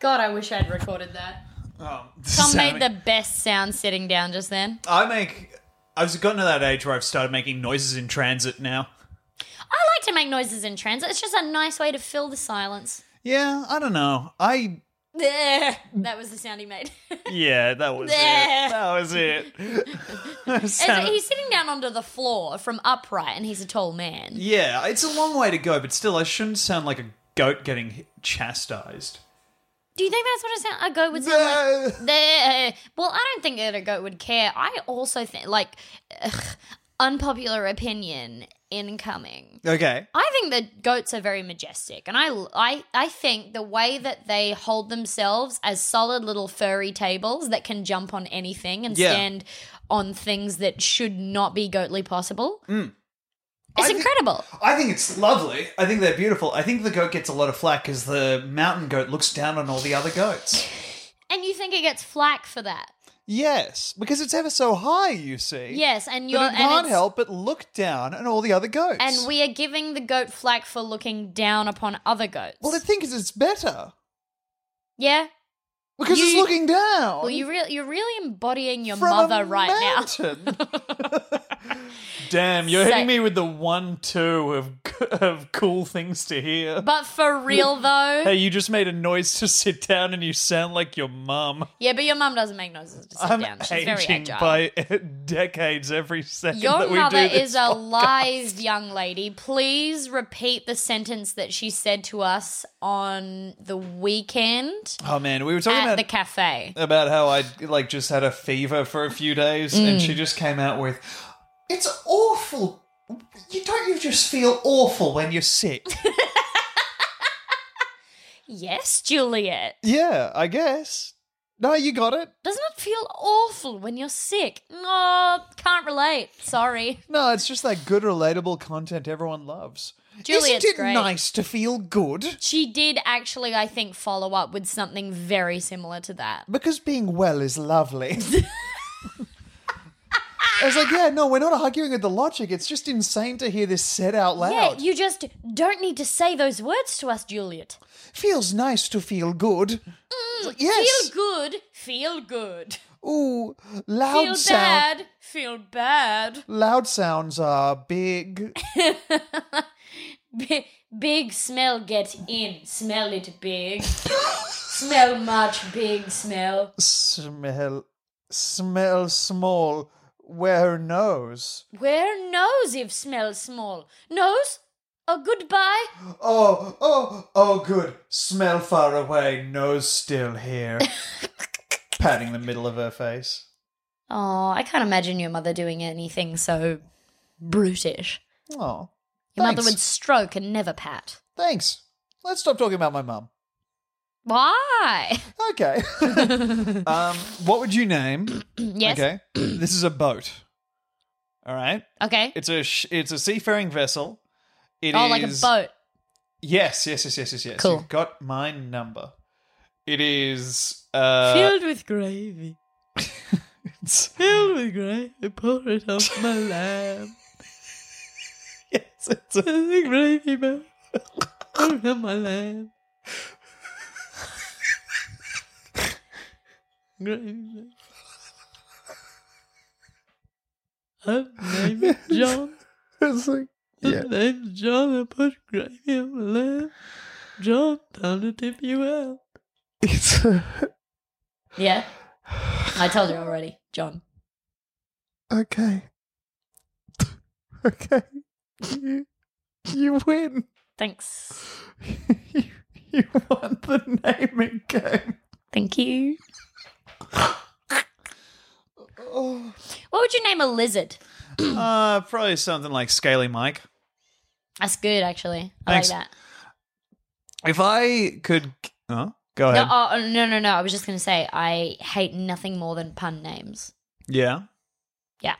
Speaker 2: God, I wish I'd recorded that.
Speaker 3: Um,
Speaker 2: Tom
Speaker 3: Sammy-
Speaker 2: made the best sound sitting down just then.
Speaker 3: I make. I've gotten to that age where I've started making noises in transit now.
Speaker 2: I like to make noises in transit. It's just a nice way to fill the silence.
Speaker 3: Yeah, I don't know. I
Speaker 2: There, that was the sound he made.
Speaker 3: yeah, that was it.
Speaker 2: There.
Speaker 3: That was it.
Speaker 2: As he's sitting down onto the floor from upright, and he's a tall man.
Speaker 3: yeah, it's a long way to go, but still, I shouldn't sound like a goat getting chastised.
Speaker 2: Do you think that's what a, sound, a goat would sound like? There. Well, I don't think that a goat would care. I also think, like, ugh, unpopular opinion incoming.
Speaker 3: Okay.
Speaker 2: I think that goats are very majestic, and I, I, I think the way that they hold themselves as solid little furry tables that can jump on anything and
Speaker 3: Yeah.
Speaker 2: stand on things that should not be goatly possible. It's
Speaker 3: Mm. I think-
Speaker 2: incredible.
Speaker 3: I think it's lovely. I think they're beautiful. I think the goat gets a lot of flack because the mountain goat looks down on all the other goats.
Speaker 2: and you think it gets flack for that?
Speaker 3: Yes, because it's ever so high, you see.
Speaker 2: Yes, and
Speaker 3: You
Speaker 2: you're and
Speaker 3: can't
Speaker 2: it's-
Speaker 3: help but look down on all the other goats.
Speaker 2: And we are giving the goat flack for looking down upon other goats.
Speaker 3: Well, the thing is, it's better
Speaker 2: yeah.
Speaker 3: because it's
Speaker 2: You-
Speaker 3: looking down.
Speaker 2: Well, you re- you're really embodying your
Speaker 3: from a
Speaker 2: mother right now.
Speaker 3: mountain. Damn, you're
Speaker 2: So-
Speaker 3: hitting me with the one two of of cool things to hear.
Speaker 2: But for real though,
Speaker 3: hey, you just made a noise to sit down, and you sound like your mum.
Speaker 2: yeah. But your mum doesn't make noises to sit
Speaker 3: I'm
Speaker 2: down. She's very
Speaker 3: aging
Speaker 2: agile.
Speaker 3: by decades every second
Speaker 2: your
Speaker 3: that we
Speaker 2: mother
Speaker 3: do this
Speaker 2: is a
Speaker 3: podcast.
Speaker 2: live young lady. Please repeat the sentence that she said to us on the weekend
Speaker 3: Oh man, we were talking
Speaker 2: at
Speaker 3: about
Speaker 2: the cafe.
Speaker 3: about how I like just had a fever for a few days,
Speaker 2: Mm.
Speaker 3: and she just came out with, "It's awful. You don't you just feel awful when you're sick."
Speaker 2: Yes, Juliet.
Speaker 3: yeah, I guess. No, you got it.
Speaker 2: Doesn't it feel awful when you're sick? No, can't relate. Sorry.
Speaker 3: No, it's just that good, relatable content everyone loves.
Speaker 2: Juliet's
Speaker 3: Isn't it
Speaker 2: great.
Speaker 3: nice to feel good?
Speaker 2: She did actually, I think, follow up with something very similar to that.
Speaker 3: Because being well is lovely. I was like, yeah, no, we're not arguing with the logic. It's just insane to hear this said out
Speaker 2: Yeah,
Speaker 3: loud.
Speaker 2: you just don't need to say those words to us, Juliet.
Speaker 3: Feels nice to feel good. It's like, yes.
Speaker 2: Mm, Feel good, feel good.
Speaker 3: Ooh,
Speaker 2: Feel
Speaker 3: loud
Speaker 2: bad,
Speaker 3: sound.
Speaker 2: feel bad.
Speaker 3: Loud sounds are big.
Speaker 2: B- big smell, get in. Smell it big. smell much, big smell.
Speaker 3: smell, smell small. Where nose?
Speaker 2: Where nose if smell small? Nose? A goodbye?
Speaker 3: Oh, oh, oh, good. Smell far away, nose still here. Patting the middle of her face.
Speaker 2: Oh, I can't imagine your mother doing anything so brutish.
Speaker 3: Oh,
Speaker 2: Your
Speaker 3: thanks.
Speaker 2: mother would stroke and never pat.
Speaker 3: Thanks. Let's stop talking about my mum.
Speaker 2: Why?
Speaker 3: Okay. um, what would you name?
Speaker 2: yes. Okay.
Speaker 3: Okay, this is a boat. All right, it's a sh- it's a seafaring vessel. It is
Speaker 2: oh, like a boat.
Speaker 3: Yes, yes, yes, yes, yes, yes.
Speaker 2: Cool.
Speaker 3: You've got my number. It is uh
Speaker 4: filled with gravy,
Speaker 3: it's-
Speaker 4: filled with gravy. Pour it on my lap.
Speaker 3: yes, it's a-
Speaker 4: The gravy man. Pour it on my lap. Gravy man. I'm named John.
Speaker 3: it's like
Speaker 4: I'm named John. I put gravy on my lap. John, time to tip you out.
Speaker 3: it's a,
Speaker 2: Yeah. I told you already, John.
Speaker 3: okay. okay. You, you win.
Speaker 2: Thanks.
Speaker 3: you, you won the naming game.
Speaker 2: Thank you. What would you name a lizard?
Speaker 3: Uh probably something like Scaly Mike.
Speaker 2: That's good, actually. I
Speaker 3: Thanks.
Speaker 2: like that.
Speaker 3: If I could huh? Go
Speaker 2: No,
Speaker 3: ahead.
Speaker 2: oh, oh, no, no, no. I was just going to say, I hate nothing more than pun names.
Speaker 3: yeah.
Speaker 2: Yeah.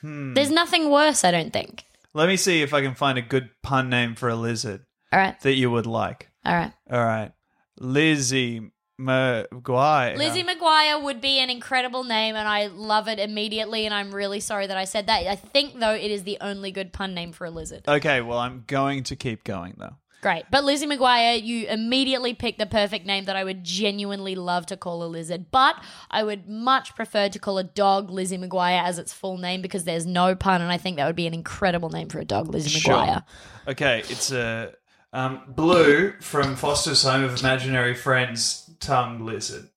Speaker 3: Hmm.
Speaker 2: There's nothing worse, I don't think.
Speaker 3: Let me see if I can find a good pun name for a lizard
Speaker 2: All right.
Speaker 3: that you would like.
Speaker 2: All right.
Speaker 3: All right. Lizzie McGuire.
Speaker 2: Lizzie McGuire would be an incredible name, and I love it immediately. And I'm really sorry that I said that. I think though it is the only good pun name for a lizard.
Speaker 3: Okay, well, I'm going to keep going though.
Speaker 2: Great, but Lizzie McGuire, you immediately picked the perfect name that I would genuinely love to call a lizard, but I would much prefer to call a dog Lizzie McGuire as its full name because there's no pun, and I think that would be an incredible name for a dog, Lizzie McGuire.
Speaker 3: Okay, it's a um, blue from Foster's Home of Imaginary Friends tongue lizard.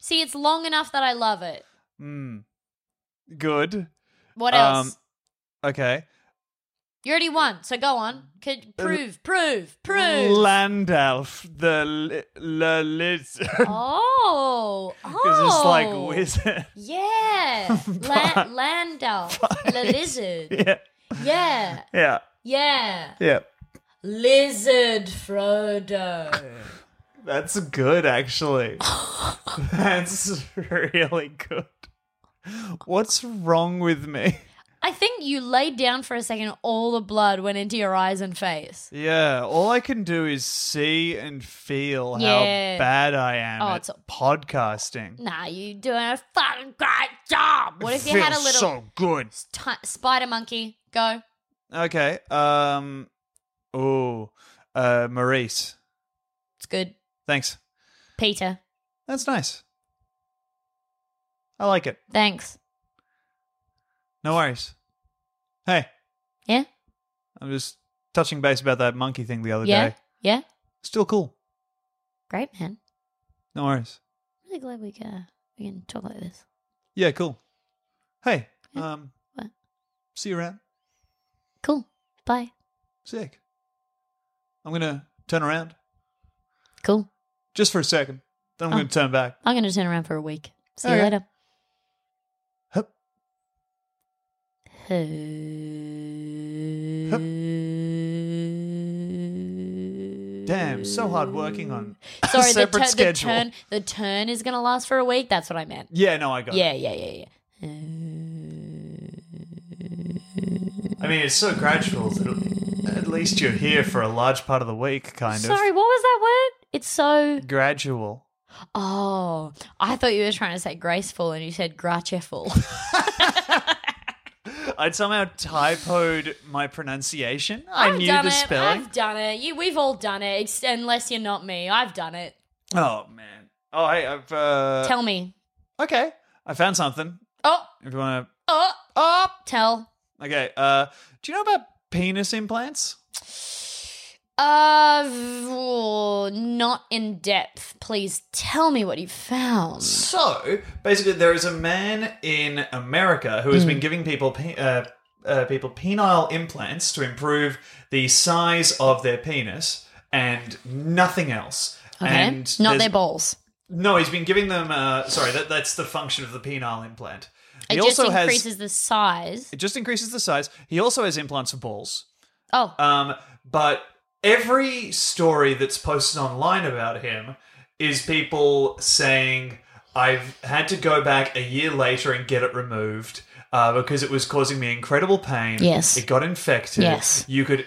Speaker 2: See, it's long enough that I love it.
Speaker 3: Mm. Good.
Speaker 2: What
Speaker 3: Um,
Speaker 2: else?
Speaker 3: okay.
Speaker 2: you already won, so go on. Could prove, prove, prove.
Speaker 3: Landalf the li- la lizard.
Speaker 2: oh, oh,
Speaker 3: Because it's like wizard.
Speaker 2: Yeah, La- Landau, La Lizard.
Speaker 3: yeah.
Speaker 2: Yeah,
Speaker 3: Yeah.
Speaker 2: yeah,
Speaker 3: Yeah.
Speaker 2: Lizard Frodo.
Speaker 3: That's good, actually. That's really good. What's wrong with me?
Speaker 2: I think you laid down for a second. All the blood went into your eyes and face.
Speaker 3: Yeah, all I can do is see and feel
Speaker 2: Yeah.
Speaker 3: how bad I am
Speaker 2: Oh,
Speaker 3: at
Speaker 2: it's a-
Speaker 3: podcasting.
Speaker 2: Nah, you doing a fucking great job. What if you had a
Speaker 3: Feels
Speaker 2: little
Speaker 3: so good?
Speaker 2: ti- spider monkey? Go.
Speaker 3: Okay. Um. Oh, uh, Maurice.
Speaker 2: It's good.
Speaker 3: Thanks.
Speaker 2: Peter.
Speaker 3: That's nice. I like it.
Speaker 2: Thanks.
Speaker 3: No worries. Hey,
Speaker 2: Yeah.
Speaker 3: I'm just touching base about that monkey thing the other
Speaker 2: Yeah.
Speaker 3: day.
Speaker 2: Yeah.
Speaker 3: Still cool.
Speaker 2: Great man.
Speaker 3: No worries.
Speaker 2: really glad we can we can talk like this.
Speaker 3: Yeah, cool. Hey, um,
Speaker 2: What?
Speaker 3: see you around.
Speaker 2: Cool. Bye.
Speaker 3: Sick. I'm gonna turn around
Speaker 2: Cool.
Speaker 3: just for a second. Then I'm
Speaker 2: Oh.
Speaker 3: gonna turn back.
Speaker 2: I'm going to turn around for a week. See you
Speaker 3: Okay.
Speaker 2: later.
Speaker 3: Hup. Damn, so hard working on a
Speaker 2: Sorry, the,
Speaker 3: separate
Speaker 2: tur- the
Speaker 3: schedule.
Speaker 2: turn the turn is going to last for a week. That's what I meant.
Speaker 3: Yeah, no, I got
Speaker 2: Yeah, yeah, yeah, yeah.
Speaker 3: it. I mean, it's so gradual that at least you're here for a large part of the week, kind
Speaker 2: Sorry,
Speaker 3: of.
Speaker 2: what was that word? It's so.
Speaker 3: Gradual.
Speaker 2: Oh, I thought you were trying to say graceful, and you said graceful.
Speaker 3: I'd somehow typoed my pronunciation. I
Speaker 2: I've
Speaker 3: knew
Speaker 2: done
Speaker 3: the
Speaker 2: it.
Speaker 3: spelling.
Speaker 2: I've done it. You, we've all done it, ex- unless you're not me. I've done it.
Speaker 3: Oh man. Oh, hey, I've uh,
Speaker 2: Tell me.
Speaker 3: okay. I found something.
Speaker 2: Oh,
Speaker 3: If you want to
Speaker 2: oh, oh. Tell.
Speaker 3: Okay. Uh, do you know about penis implants?
Speaker 2: Uh, v- oh, not in depth. Please tell me what you found.
Speaker 3: So basically, there is a man in America who has
Speaker 2: Hmm.
Speaker 3: been giving people pe- uh, uh, people penile implants to improve the size of their penis and nothing else.
Speaker 2: Okay.
Speaker 3: And
Speaker 2: not
Speaker 3: there's-
Speaker 2: their balls.
Speaker 3: No, he's been giving them. Uh, sorry, that, that's the function of the penile implant.
Speaker 2: It
Speaker 3: He
Speaker 2: just
Speaker 3: also
Speaker 2: increases
Speaker 3: has
Speaker 2: the size.
Speaker 3: it just increases the size. He also has implants for balls.
Speaker 2: Oh,
Speaker 3: Um, but every story that's posted online about him is people saying, I've had to go back a year later and get it removed uh, because it was causing me incredible pain.
Speaker 2: Yes.
Speaker 3: It got infected.
Speaker 2: Yes.
Speaker 3: You could.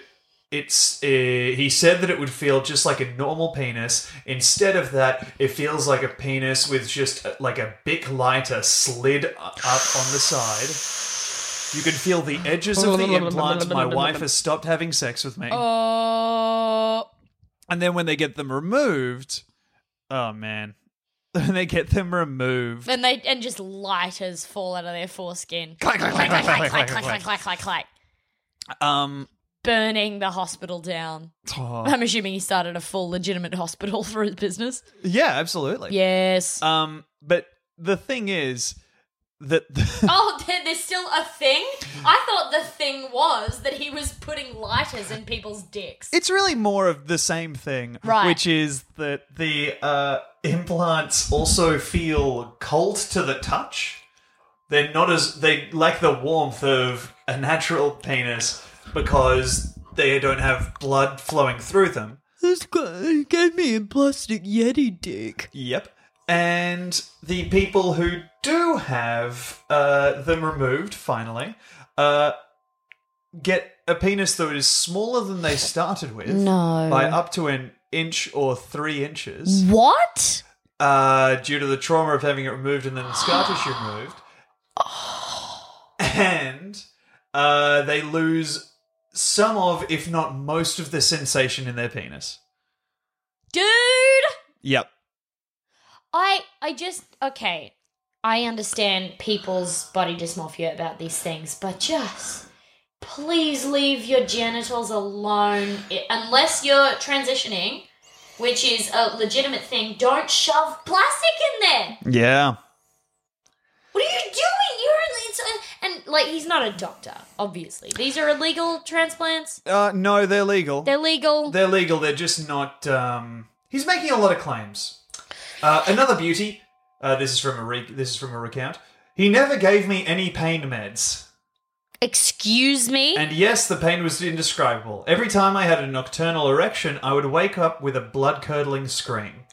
Speaker 3: It's. Uh, he said that it would feel just like a normal penis. Instead of that, it feels like a penis with just uh, like a bic lighter slid u- up on the side. You can feel the edges of the implant. My wife has stopped having sex with me.
Speaker 2: oh,
Speaker 3: And then when they get them removed, oh man. When they get them removed.
Speaker 2: and they and just lighters fall out of their foreskin.
Speaker 3: Clack, clack, clack, clack, clack, clack,
Speaker 2: clack, clack, clack, clack, clack.
Speaker 3: Um
Speaker 2: Burning the hospital down.
Speaker 3: oh,
Speaker 2: I'm assuming he started a full legitimate hospital for his business.
Speaker 3: Yeah, absolutely.
Speaker 2: Yes.
Speaker 3: Um but the thing is that
Speaker 2: Oh, there- there's still a thing? I thought the thing was that he was putting lighters in people's dicks.
Speaker 3: it's really more of the same thing,
Speaker 2: Right.
Speaker 3: which is that the uh, implants also feel cold to the touch. They're not as they lack the warmth of a natural penis because they don't have blood flowing through them.
Speaker 5: This guy gave me a plastic Yeti dick.
Speaker 3: Yep. And the people who do have uh, them removed, finally, uh, get a penis that is smaller than they started with
Speaker 2: No. Mm-hmm.
Speaker 3: by up to an inch or three inches
Speaker 2: What?
Speaker 3: uh, due to the trauma of having it removed and then the scar tissue removed. And uh, they lose some of, if not most of, the sensation in their penis.
Speaker 2: Dude!
Speaker 3: Yep.
Speaker 2: I I just okay. I understand people's body dysmorphia about these things, but just please leave your genitals alone I- unless you're transitioning, which is a legitimate thing. Don't shove plastic in there.
Speaker 3: Yeah.
Speaker 2: What are you doing? You're in, it's, and like he's not a doctor, obviously. These are illegal transplants.
Speaker 3: Uh, no, they're legal.
Speaker 2: They're legal.
Speaker 3: They're legal. They're just not. Um, he's making a lot of claims. Uh, another beauty. Uh, this is from a re- this is from a recount. He never gave me any pain meds.
Speaker 2: Excuse me.
Speaker 3: And yes, the pain was indescribable. Every time I had a nocturnal erection, I would wake up with a blood curdling scream.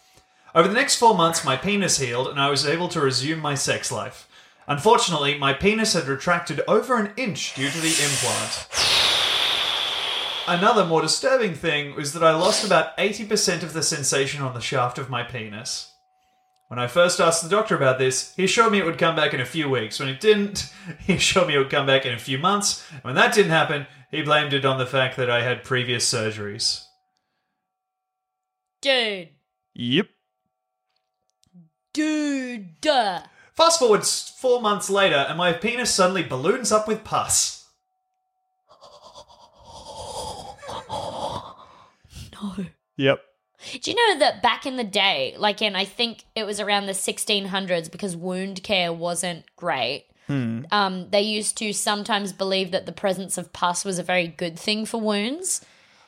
Speaker 3: Over the next four months, my penis healed and I was able to resume my sex life. Unfortunately, my penis had retracted over an inch due to the implant. Another more disturbing thing was that I lost about 80% of the sensation on the shaft of my penis. When I first asked the doctor about this, he assured me it would come back in a few weeks. When it didn't, he assured me it would come back in a few months. When that didn't happen, he blamed it on the fact that I had previous surgeries.
Speaker 2: Dude.
Speaker 3: Yep.
Speaker 2: Dude. Duh.
Speaker 3: Fast forward s- four months later, and my penis suddenly balloons up with pus.
Speaker 2: No.
Speaker 3: Yep.
Speaker 2: Do you know that back in the day, like in I think it was around the 1600s, because wound care wasn't great. Um, they used to sometimes believe that the presence of pus was a very good thing for wounds,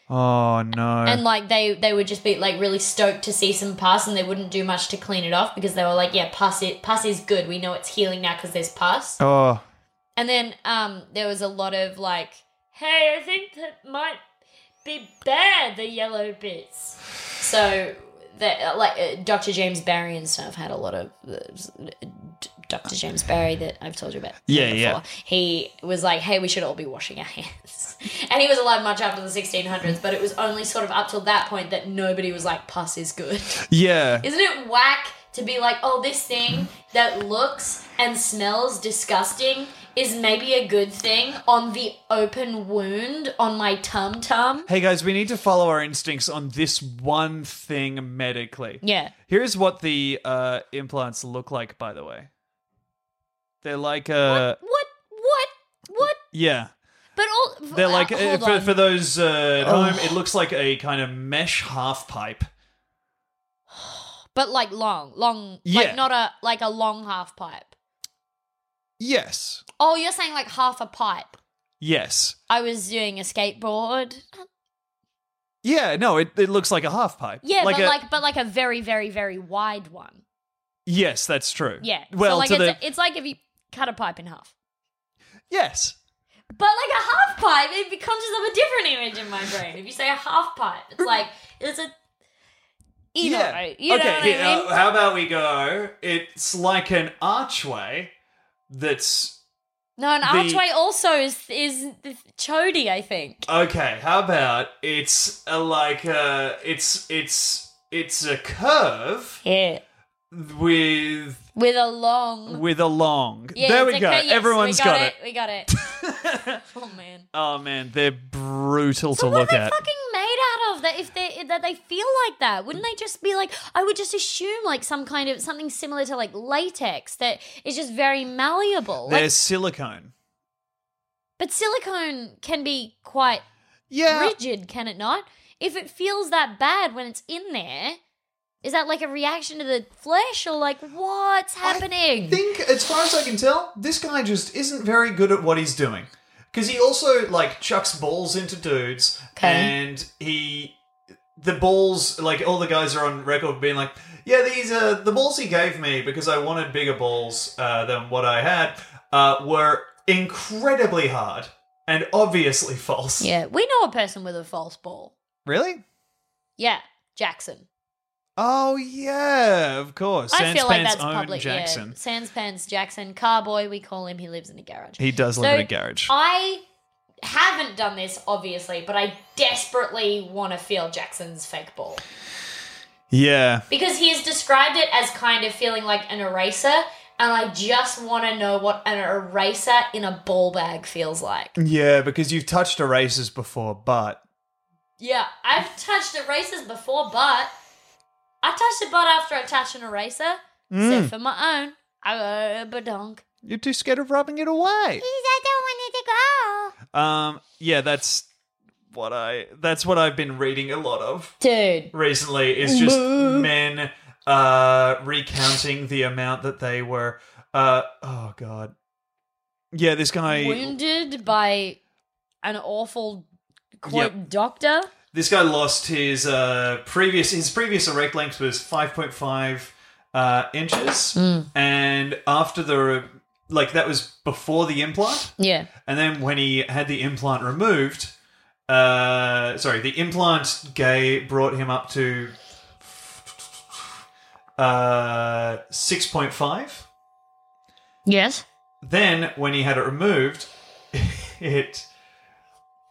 Speaker 3: Oh no.
Speaker 2: and like they they would just be like really stoked to see some pus, and they wouldn't do much to clean it off because they were like, yeah, pus it pus is good. We know it's healing now because there's pus.
Speaker 3: oh.
Speaker 2: And then um, there was a lot of like, hey, I think that might be bad, the yellow bits. So, that, like, uh, Dr. James Barry and stuff had a lot of. Uh, d- Dr. James Barry, that I've told you about.
Speaker 3: Yeah,
Speaker 2: before.
Speaker 3: yeah.
Speaker 2: He was like, hey, we should all be washing our hands. And he was alive much after the 1600s, but it was only sort of up till that point that nobody was like, pus is good.
Speaker 3: Yeah.
Speaker 2: Isn't it whack to be like, oh, this thing that looks and smells disgusting is maybe a good thing on the open wound on my tum tum?
Speaker 3: Hey guys, we need to follow our instincts on this one thing medically.
Speaker 2: Yeah.
Speaker 3: Here's what the uh, implants look like, by the way. They're like uh
Speaker 2: What? What? What?
Speaker 3: yeah.
Speaker 2: But all
Speaker 3: They're like
Speaker 2: uh,
Speaker 3: uh,
Speaker 2: hold
Speaker 3: for,
Speaker 2: on.
Speaker 3: for those uh, at home, it looks like a kind of mesh half pipe.
Speaker 2: but like long, long,
Speaker 3: Yeah.
Speaker 2: like not a like a long half pipe.
Speaker 3: Yes.
Speaker 2: Oh, you're saying like half a pipe?
Speaker 3: Yes.
Speaker 2: I was doing a skateboard.
Speaker 3: Yeah, no, it, it looks like a half pipe.
Speaker 2: Yeah,
Speaker 3: like
Speaker 2: but
Speaker 3: a,
Speaker 2: like but like a very very very wide one.
Speaker 3: Yes, that's true.
Speaker 2: Yeah. So,
Speaker 3: Well,
Speaker 2: like
Speaker 3: to
Speaker 2: it's,
Speaker 3: the
Speaker 2: it's like if you cut a pipe in half.
Speaker 3: Yes.
Speaker 2: But like a half pipe, it conjures up a different image in my brain. If you say a half pipe, it's like it's a you know,
Speaker 3: yeah.
Speaker 2: you know
Speaker 3: okay,
Speaker 2: what
Speaker 3: here,
Speaker 2: I
Speaker 3: uh,
Speaker 2: mean?
Speaker 3: how about we go? It's like an archway that's
Speaker 2: no, an
Speaker 3: the-
Speaker 2: archway also is is the chody, I think.
Speaker 3: Okay, how about it's a, like uh it's it's it's a curve
Speaker 2: Yeah,
Speaker 3: with
Speaker 2: with a long.
Speaker 3: with a long.
Speaker 2: Yeah,
Speaker 3: there
Speaker 2: it's
Speaker 3: we
Speaker 2: a
Speaker 3: go.
Speaker 2: cur- yes,
Speaker 3: Everyone's
Speaker 2: we got,
Speaker 3: got, it.
Speaker 2: We got it. oh man.
Speaker 3: Oh man, they're brutal
Speaker 2: So
Speaker 3: to
Speaker 2: what
Speaker 3: look
Speaker 2: are they
Speaker 3: at.
Speaker 2: fucking made out of? That if they that they feel like that, wouldn't they just be like? I would just assume like some kind of something similar to like latex that is just very malleable.
Speaker 3: They're
Speaker 2: Like,
Speaker 3: silicone.
Speaker 2: but silicone can be quite
Speaker 3: Yeah.
Speaker 2: rigid, can it not? If it feels that bad when it's in there, is that like a reaction to the flesh or like what's happening?
Speaker 3: I think, as far as I can tell, this guy just isn't very good at what he's doing. Because he also, like, chucks balls into dudes.
Speaker 2: Okay.
Speaker 3: And he. The balls, like, all the guys are on record being like, yeah, these are. The balls he gave me because I wanted bigger balls uh, than what I had uh, were incredibly hard and obviously false.
Speaker 2: yeah, we know a person with a false ball.
Speaker 3: Really?
Speaker 2: Yeah, Jackson.
Speaker 3: Oh, yeah, of course.
Speaker 2: I feel like
Speaker 3: Sanspan's
Speaker 2: that's
Speaker 3: own
Speaker 2: public. Yeah, Sanspans Jackson, carboy. We call him. He lives in a garage.
Speaker 3: He does live
Speaker 2: So uh,
Speaker 3: in a garage.
Speaker 2: I haven't done this obviously, but I desperately want to feel Jackson's fake ball.
Speaker 3: Yeah.
Speaker 2: because he has described it as kind of feeling like an eraser, and I just want to know what an eraser in a ball bag feels like.
Speaker 3: Yeah, because you've touched erasers before, but
Speaker 2: Yeah, I've touched erasers before, but I touched a butt after I touched an eraser, except for my own. I got a badonk.
Speaker 3: you're too scared of rubbing it away.
Speaker 2: I don't want it to go.
Speaker 3: Um, yeah, that's what I that's what I've been reading a lot of
Speaker 2: Dude,
Speaker 3: recently is
Speaker 2: Mm-hmm.
Speaker 3: just men uh recounting the amount that they were uh oh god. Yeah, this guy
Speaker 2: wounded by an awful quote
Speaker 3: Yep.
Speaker 2: doctor.
Speaker 3: this guy lost his uh, previous his previous erect length was 5.5 uh, inches and after the like that was before the implant
Speaker 2: Yeah.
Speaker 3: and then when he had the implant removed uh, sorry the implant gay brought him up to uh, 6.5
Speaker 2: Yes.
Speaker 3: then when he had it removed it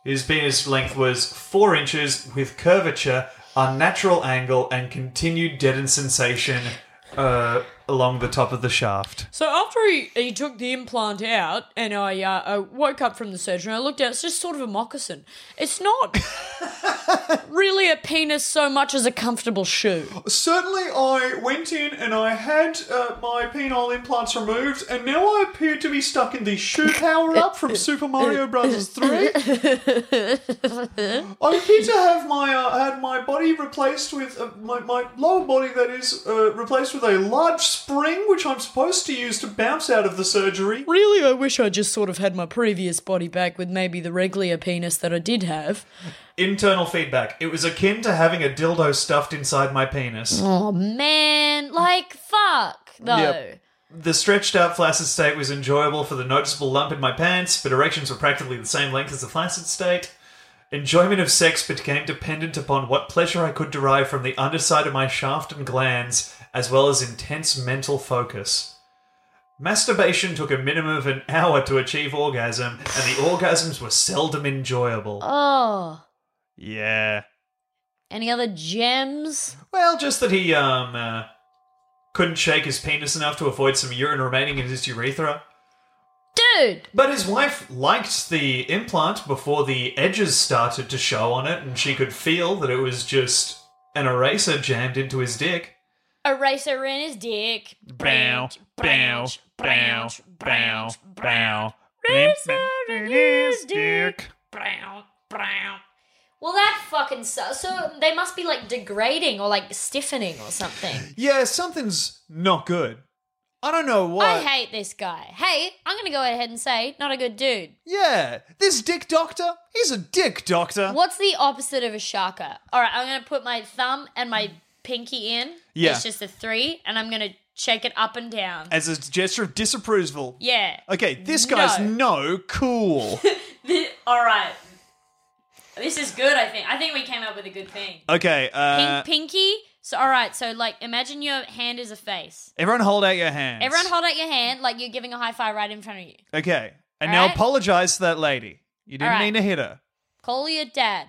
Speaker 3: his penis length was four inches with curvature unnatural angle and continued deadened sensation uh, along the top of the shaft
Speaker 6: So after he, he took the implant out, and I uh, I woke up from the surgery, and I looked down. It's just sort of a moccasin. It's not really a penis so much as a comfortable shoe.
Speaker 3: certainly i went in and i had uh, my penile implants removed and now i appear to be stuck in the shoe power up from super mario bros 3 I appear to have my uh, had my body replaced with uh, my, my lower body that is uh, replaced with a large spring, which I'm supposed to use to bounce out of the surgery.
Speaker 6: Really, I wish I just sort of had my previous body back with maybe the regular penis that I did have.
Speaker 3: Internal feedback. It was akin to having a dildo stuffed inside my penis.
Speaker 2: Oh man, like fuck though.
Speaker 3: Yep. The stretched out flaccid state was enjoyable for the noticeable lump in my pants, but erections were practically the same length as the flaccid state. Enjoyment of sex became dependent upon what pleasure I could derive from the underside of my shaft and glands, as well as intense mental focus. Masturbation took a minimum of an hour to achieve orgasm, and the orgasms were seldom enjoyable.
Speaker 2: Oh,
Speaker 3: Yeah.
Speaker 2: any other gems?
Speaker 3: Well, just that he um uh, couldn't shake his penis enough to avoid some urine remaining in his urethra.
Speaker 2: Dude,
Speaker 3: But his wife liked the implant before the edges started to show on it, and she could feel that it was just an eraser jammed into his dick.
Speaker 2: eraser in his dick.
Speaker 6: Bow, bow, bow, bow,
Speaker 3: bow.
Speaker 2: Eraser in his dick. Bow, bow. Well, that fucking sucks. So they must be like degrading or like stiffening or something.
Speaker 3: Yeah, something's not good. I don't know what.
Speaker 2: I hate this guy. Hey, I'm gonna go ahead and say, not a good dude.
Speaker 3: yeah, this dick doctor, he's a dick doctor.
Speaker 2: What's the opposite of a shaka? All right, I'm gonna put my thumb and my pinky in.
Speaker 3: Yeah.
Speaker 2: it's just a three, and I'm gonna shake it up and down.
Speaker 3: As a gesture of disapproval.
Speaker 2: yeah.
Speaker 3: Okay, this guy's no cool.
Speaker 2: All right. This is good. I think. I think we came up with a good thing.
Speaker 3: Okay,
Speaker 2: Pink,
Speaker 3: uh,
Speaker 2: pinky. So all right. So like, imagine your hand is a face.
Speaker 3: everyone hold out your hands.
Speaker 2: Everyone, hold out your hand like you're giving a high five right in front of you.
Speaker 3: Okay, and
Speaker 2: All
Speaker 3: now
Speaker 2: right.
Speaker 3: apologize to that lady. You didn't
Speaker 2: All right.
Speaker 3: mean to hit her.
Speaker 2: Call your dad.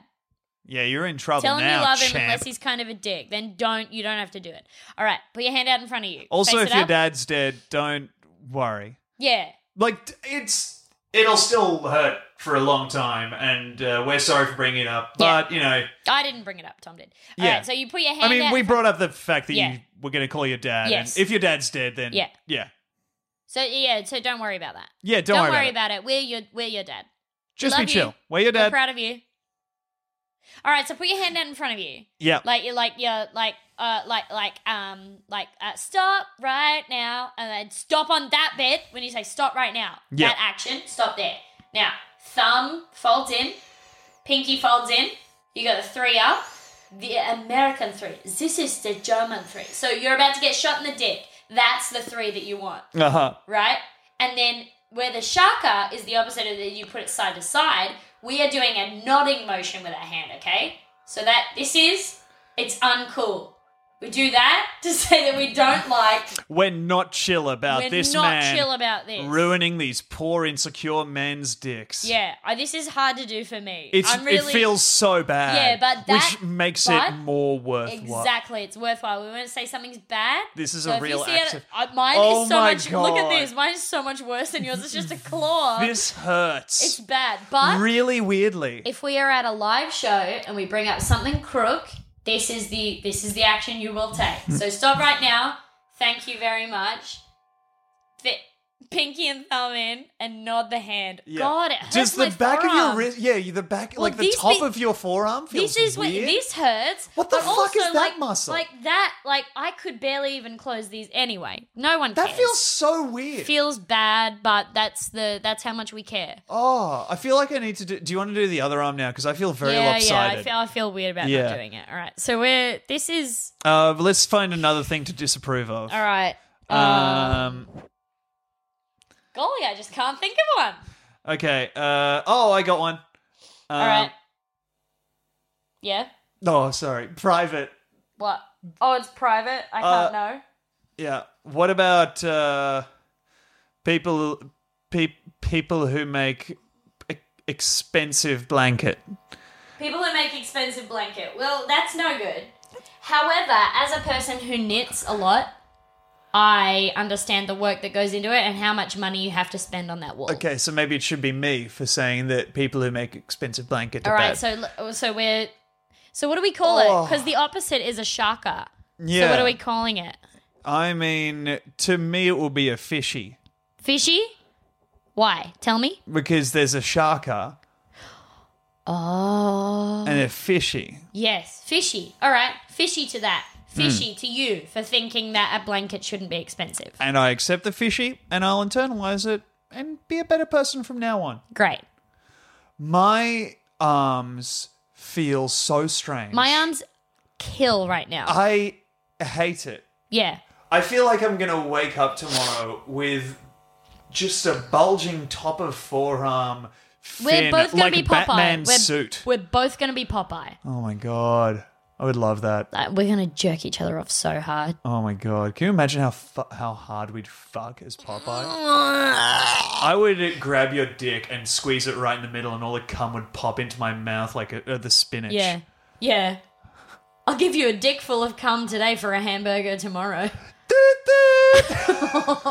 Speaker 3: Yeah, you're in trouble
Speaker 2: Tell him
Speaker 3: now,
Speaker 2: you love him
Speaker 3: champ.
Speaker 2: unless he's kind of a dick. Then don't. You don't have to do it. All right. Put your hand out in front of you.
Speaker 3: also,
Speaker 2: Face
Speaker 3: if
Speaker 2: it
Speaker 3: your
Speaker 2: up.
Speaker 3: dad's dead, don't worry.
Speaker 2: Yeah.
Speaker 3: Like t- it's it'll still hurt for a long time, and uh, we're sorry for bringing it up.
Speaker 2: Yeah.
Speaker 3: But you know,
Speaker 2: I didn't bring it up. Tom did. All right.
Speaker 3: Yeah.
Speaker 2: So you put your hand.
Speaker 3: I mean,
Speaker 2: out
Speaker 3: we
Speaker 2: in front-
Speaker 3: brought up the fact that
Speaker 2: Yeah.
Speaker 3: you were going to call your dad.
Speaker 2: Yes.
Speaker 3: And if your dad's dead, then
Speaker 2: Yeah.
Speaker 3: yeah,
Speaker 2: So yeah. So don't worry about that.
Speaker 3: yeah. Don't, worry, about, it.
Speaker 2: it. We're your. We're your dad.
Speaker 3: Just
Speaker 2: love
Speaker 3: be
Speaker 2: you.
Speaker 3: chill. Where your
Speaker 2: We're
Speaker 3: dad?
Speaker 2: proud of you. All right, so put your hand out in front of you.
Speaker 3: yeah.
Speaker 2: Like you're like you're like uh like like um like uh, stop right now and then stop on that bit when you say stop right now.
Speaker 3: Yeah.
Speaker 2: That action, stop there. Now, thumb folds in, pinky folds in. You got the three up. The American three. This is the German three. So you're about to get shot in the dick. That's the three that you want
Speaker 3: uh huh.
Speaker 2: right? And then where the shaka is the opposite of that, you put it side to side. We are doing a nodding motion with our hand, okay? So that this is it's uncool. We do that to say that we don't like.
Speaker 3: We're not chill about
Speaker 2: We're
Speaker 3: this
Speaker 2: not
Speaker 3: man
Speaker 2: chill about this.
Speaker 3: ruining these poor insecure men's dicks.
Speaker 2: Yeah, I, this is hard to do for me.
Speaker 3: It's,
Speaker 2: I'm really,
Speaker 3: it feels so bad.
Speaker 2: Yeah, but that-
Speaker 3: which makes
Speaker 2: but-
Speaker 3: it more worthwhile.
Speaker 2: exactly. It's worthwhile. We want to say something's bad.
Speaker 3: This is
Speaker 2: so
Speaker 3: a
Speaker 2: if you
Speaker 3: real
Speaker 2: see it-
Speaker 3: act of-
Speaker 2: uh, mine
Speaker 3: Oh
Speaker 2: is so
Speaker 3: my
Speaker 2: much. Look at
Speaker 3: God.
Speaker 2: this. Mine is so much worse than yours. It's just a claw.
Speaker 3: This hurts.
Speaker 2: it's bad, but
Speaker 3: really weirdly.
Speaker 2: if we are at a live show and we bring up something crook, this is the this is the action you will take.
Speaker 3: Hmm.
Speaker 2: So stop right now. Thank you very much. Fi- Pinky and thumb in and nod the hand.
Speaker 3: Yeah.
Speaker 2: God, it hurts
Speaker 3: Does the
Speaker 2: my
Speaker 3: back of your
Speaker 2: forearm.
Speaker 3: wrist? Yeah, you- the back,
Speaker 2: Well,
Speaker 3: like the
Speaker 2: these
Speaker 3: top
Speaker 2: bit-
Speaker 3: of your forearm feels
Speaker 2: This is what
Speaker 3: weird.
Speaker 2: this hurts.
Speaker 3: What the
Speaker 2: but
Speaker 3: fuck is
Speaker 2: also,
Speaker 3: that
Speaker 2: like,
Speaker 3: muscle?
Speaker 2: Like that, like I could barely even close these. Anyway, no one
Speaker 3: that
Speaker 2: cares.
Speaker 3: feels so weird.
Speaker 2: feels bad, but that's the that's how much we care.
Speaker 3: oh, I feel like I need to do. Do you want to do the other arm now? Because I feel very
Speaker 2: yeah,
Speaker 3: lopsided.
Speaker 2: yeah. I feel I feel weird about
Speaker 3: Yeah.
Speaker 2: not doing it. All right, so we're this is
Speaker 3: Uh, but let's find another thing to disapprove of.
Speaker 2: all right. Uh,
Speaker 3: Um.
Speaker 2: Golly, I just can't think of one.
Speaker 3: Okay. Uh. Oh, I got one. uh,
Speaker 2: All right. Yeah.
Speaker 3: Oh, sorry. Private.
Speaker 2: What? Oh, it's private. I
Speaker 3: Uh,
Speaker 2: can't know.
Speaker 3: Yeah. What about uh, people? Pe- people who make e- expensive blanket.
Speaker 2: People who make expensive blanket. Well, that's no good. However, as a person who knits a lot, I understand the work that goes into it and how much money you have to spend on that wool.
Speaker 3: Okay, so maybe it should be me for saying that people who make expensive blanket.
Speaker 2: All
Speaker 3: are
Speaker 2: right.
Speaker 3: bad. Oh.
Speaker 2: So l- so we're so what do we call it? Because the opposite is a shaka.
Speaker 3: yeah.
Speaker 2: So what are we calling it?
Speaker 3: I mean, to me, it will be a fishy
Speaker 2: Fishy. Why? Tell me.
Speaker 3: because there's a sharker
Speaker 2: Oh.
Speaker 3: and a fishy.
Speaker 2: Yes, fishy. All right, fishy to that. Fishy to you for thinking that a blanket shouldn't be expensive.
Speaker 3: and I accept the fishy and I'll internalize it and be a better person from now on.
Speaker 2: Great.
Speaker 3: My arms feel so strange.
Speaker 2: My arms kill right now.
Speaker 3: I hate it.
Speaker 2: yeah.
Speaker 3: I feel like I'm going to wake up tomorrow with just a bulging top of forearm.
Speaker 2: We're
Speaker 3: Fin,
Speaker 2: both gonna
Speaker 3: like
Speaker 2: be Popeye.
Speaker 3: Batman
Speaker 2: we're,
Speaker 3: suit.
Speaker 2: We're both gonna be Popeye.
Speaker 3: Oh my god. I would love that.
Speaker 2: Like, we're gonna jerk each other off so hard.
Speaker 3: Oh my god. Can you imagine how fu- how hard we'd fuck as Popeye? I would grab your dick and squeeze it right in the middle and all the cum would pop into my mouth like a, uh, the spinach.
Speaker 2: Yeah. Yeah. I'll give you a dick full of cum today for a hamburger tomorrow.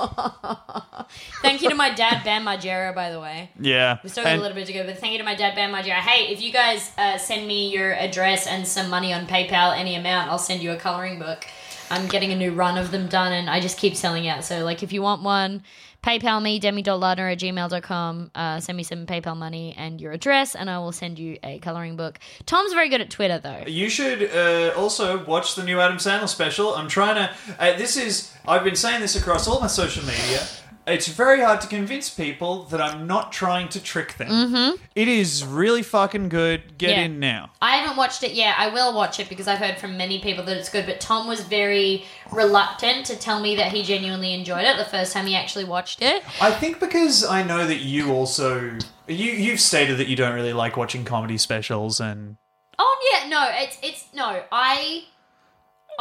Speaker 2: Thank you to my dad, Bam Margera, by the way.
Speaker 3: Yeah.
Speaker 2: We still got a little bit to go, but thank you to my dad, Bam Margera. Hey, if you guys uh, send me your address and some money on PayPal, any amount, I'll send you a coloring book. I'm getting a new run of them done, and I just keep selling out. So, like, if you want one, PayPal me, demi.lardner at gmail.com. Uh, send me some PayPal money and your address, and I will send you a coloring book. Tom's very good at Twitter, though.
Speaker 3: You should uh, also watch the new Adam Sandler special. I'm trying to. Uh, this is. I've been saying this across all my social media. It's very hard to convince people that I'm not trying to trick them. Mm-hmm. is really fucking good. Get
Speaker 2: Yeah.
Speaker 3: in now.
Speaker 2: I haven't watched it yet. I will watch it because I've heard from many people that it's good, but Tom was very reluctant to tell me that he genuinely enjoyed it the first time he actually watched it.
Speaker 3: I think because I know that you also you you've stated that you don't really like watching comedy specials and
Speaker 2: Oh yeah, no, it's it's no. I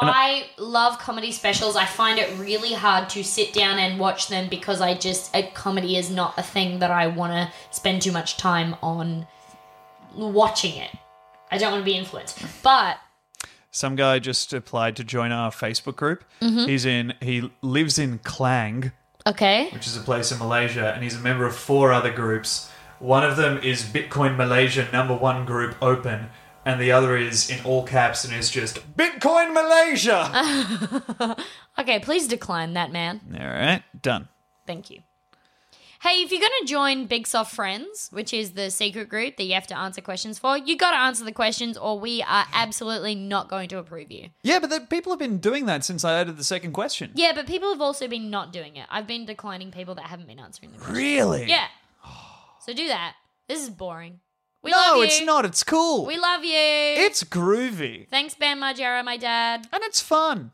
Speaker 2: I love comedy specials. I find it really hard to sit down and watch them because I just a comedy is not a thing that I want to spend too much time on watching it. I don't want to be influenced. But
Speaker 3: some guy just applied to join our Facebook group.
Speaker 2: Mm-hmm.
Speaker 3: He's in he lives in Klang,
Speaker 2: okay.
Speaker 3: which is a place in Malaysia, and he's a member of four other groups. One of them is Bitcoin Malaysia number one group open, and the other is in all caps and is just Bitcoin Malaysia.
Speaker 2: Okay, please decline that man.
Speaker 3: all right, done.
Speaker 2: Thank you. Hey, if you're going to join Big Soft Friends, which is the secret group that you have to answer questions for, you got to answer the questions or we are absolutely not going to approve you.
Speaker 3: Yeah, but the, people have been doing that since I added the second question.
Speaker 2: Yeah, but people have also been not doing it. I've been declining people that haven't been answering the questions.
Speaker 3: Really?
Speaker 2: Yeah. So do that. This is boring. We love
Speaker 3: No,
Speaker 2: you.
Speaker 3: it's not. It's cool.
Speaker 2: We love you.
Speaker 3: It's groovy
Speaker 2: Thanks, Ben Margera, my dad.
Speaker 3: and it's fun.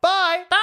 Speaker 3: Bye.
Speaker 2: Bye.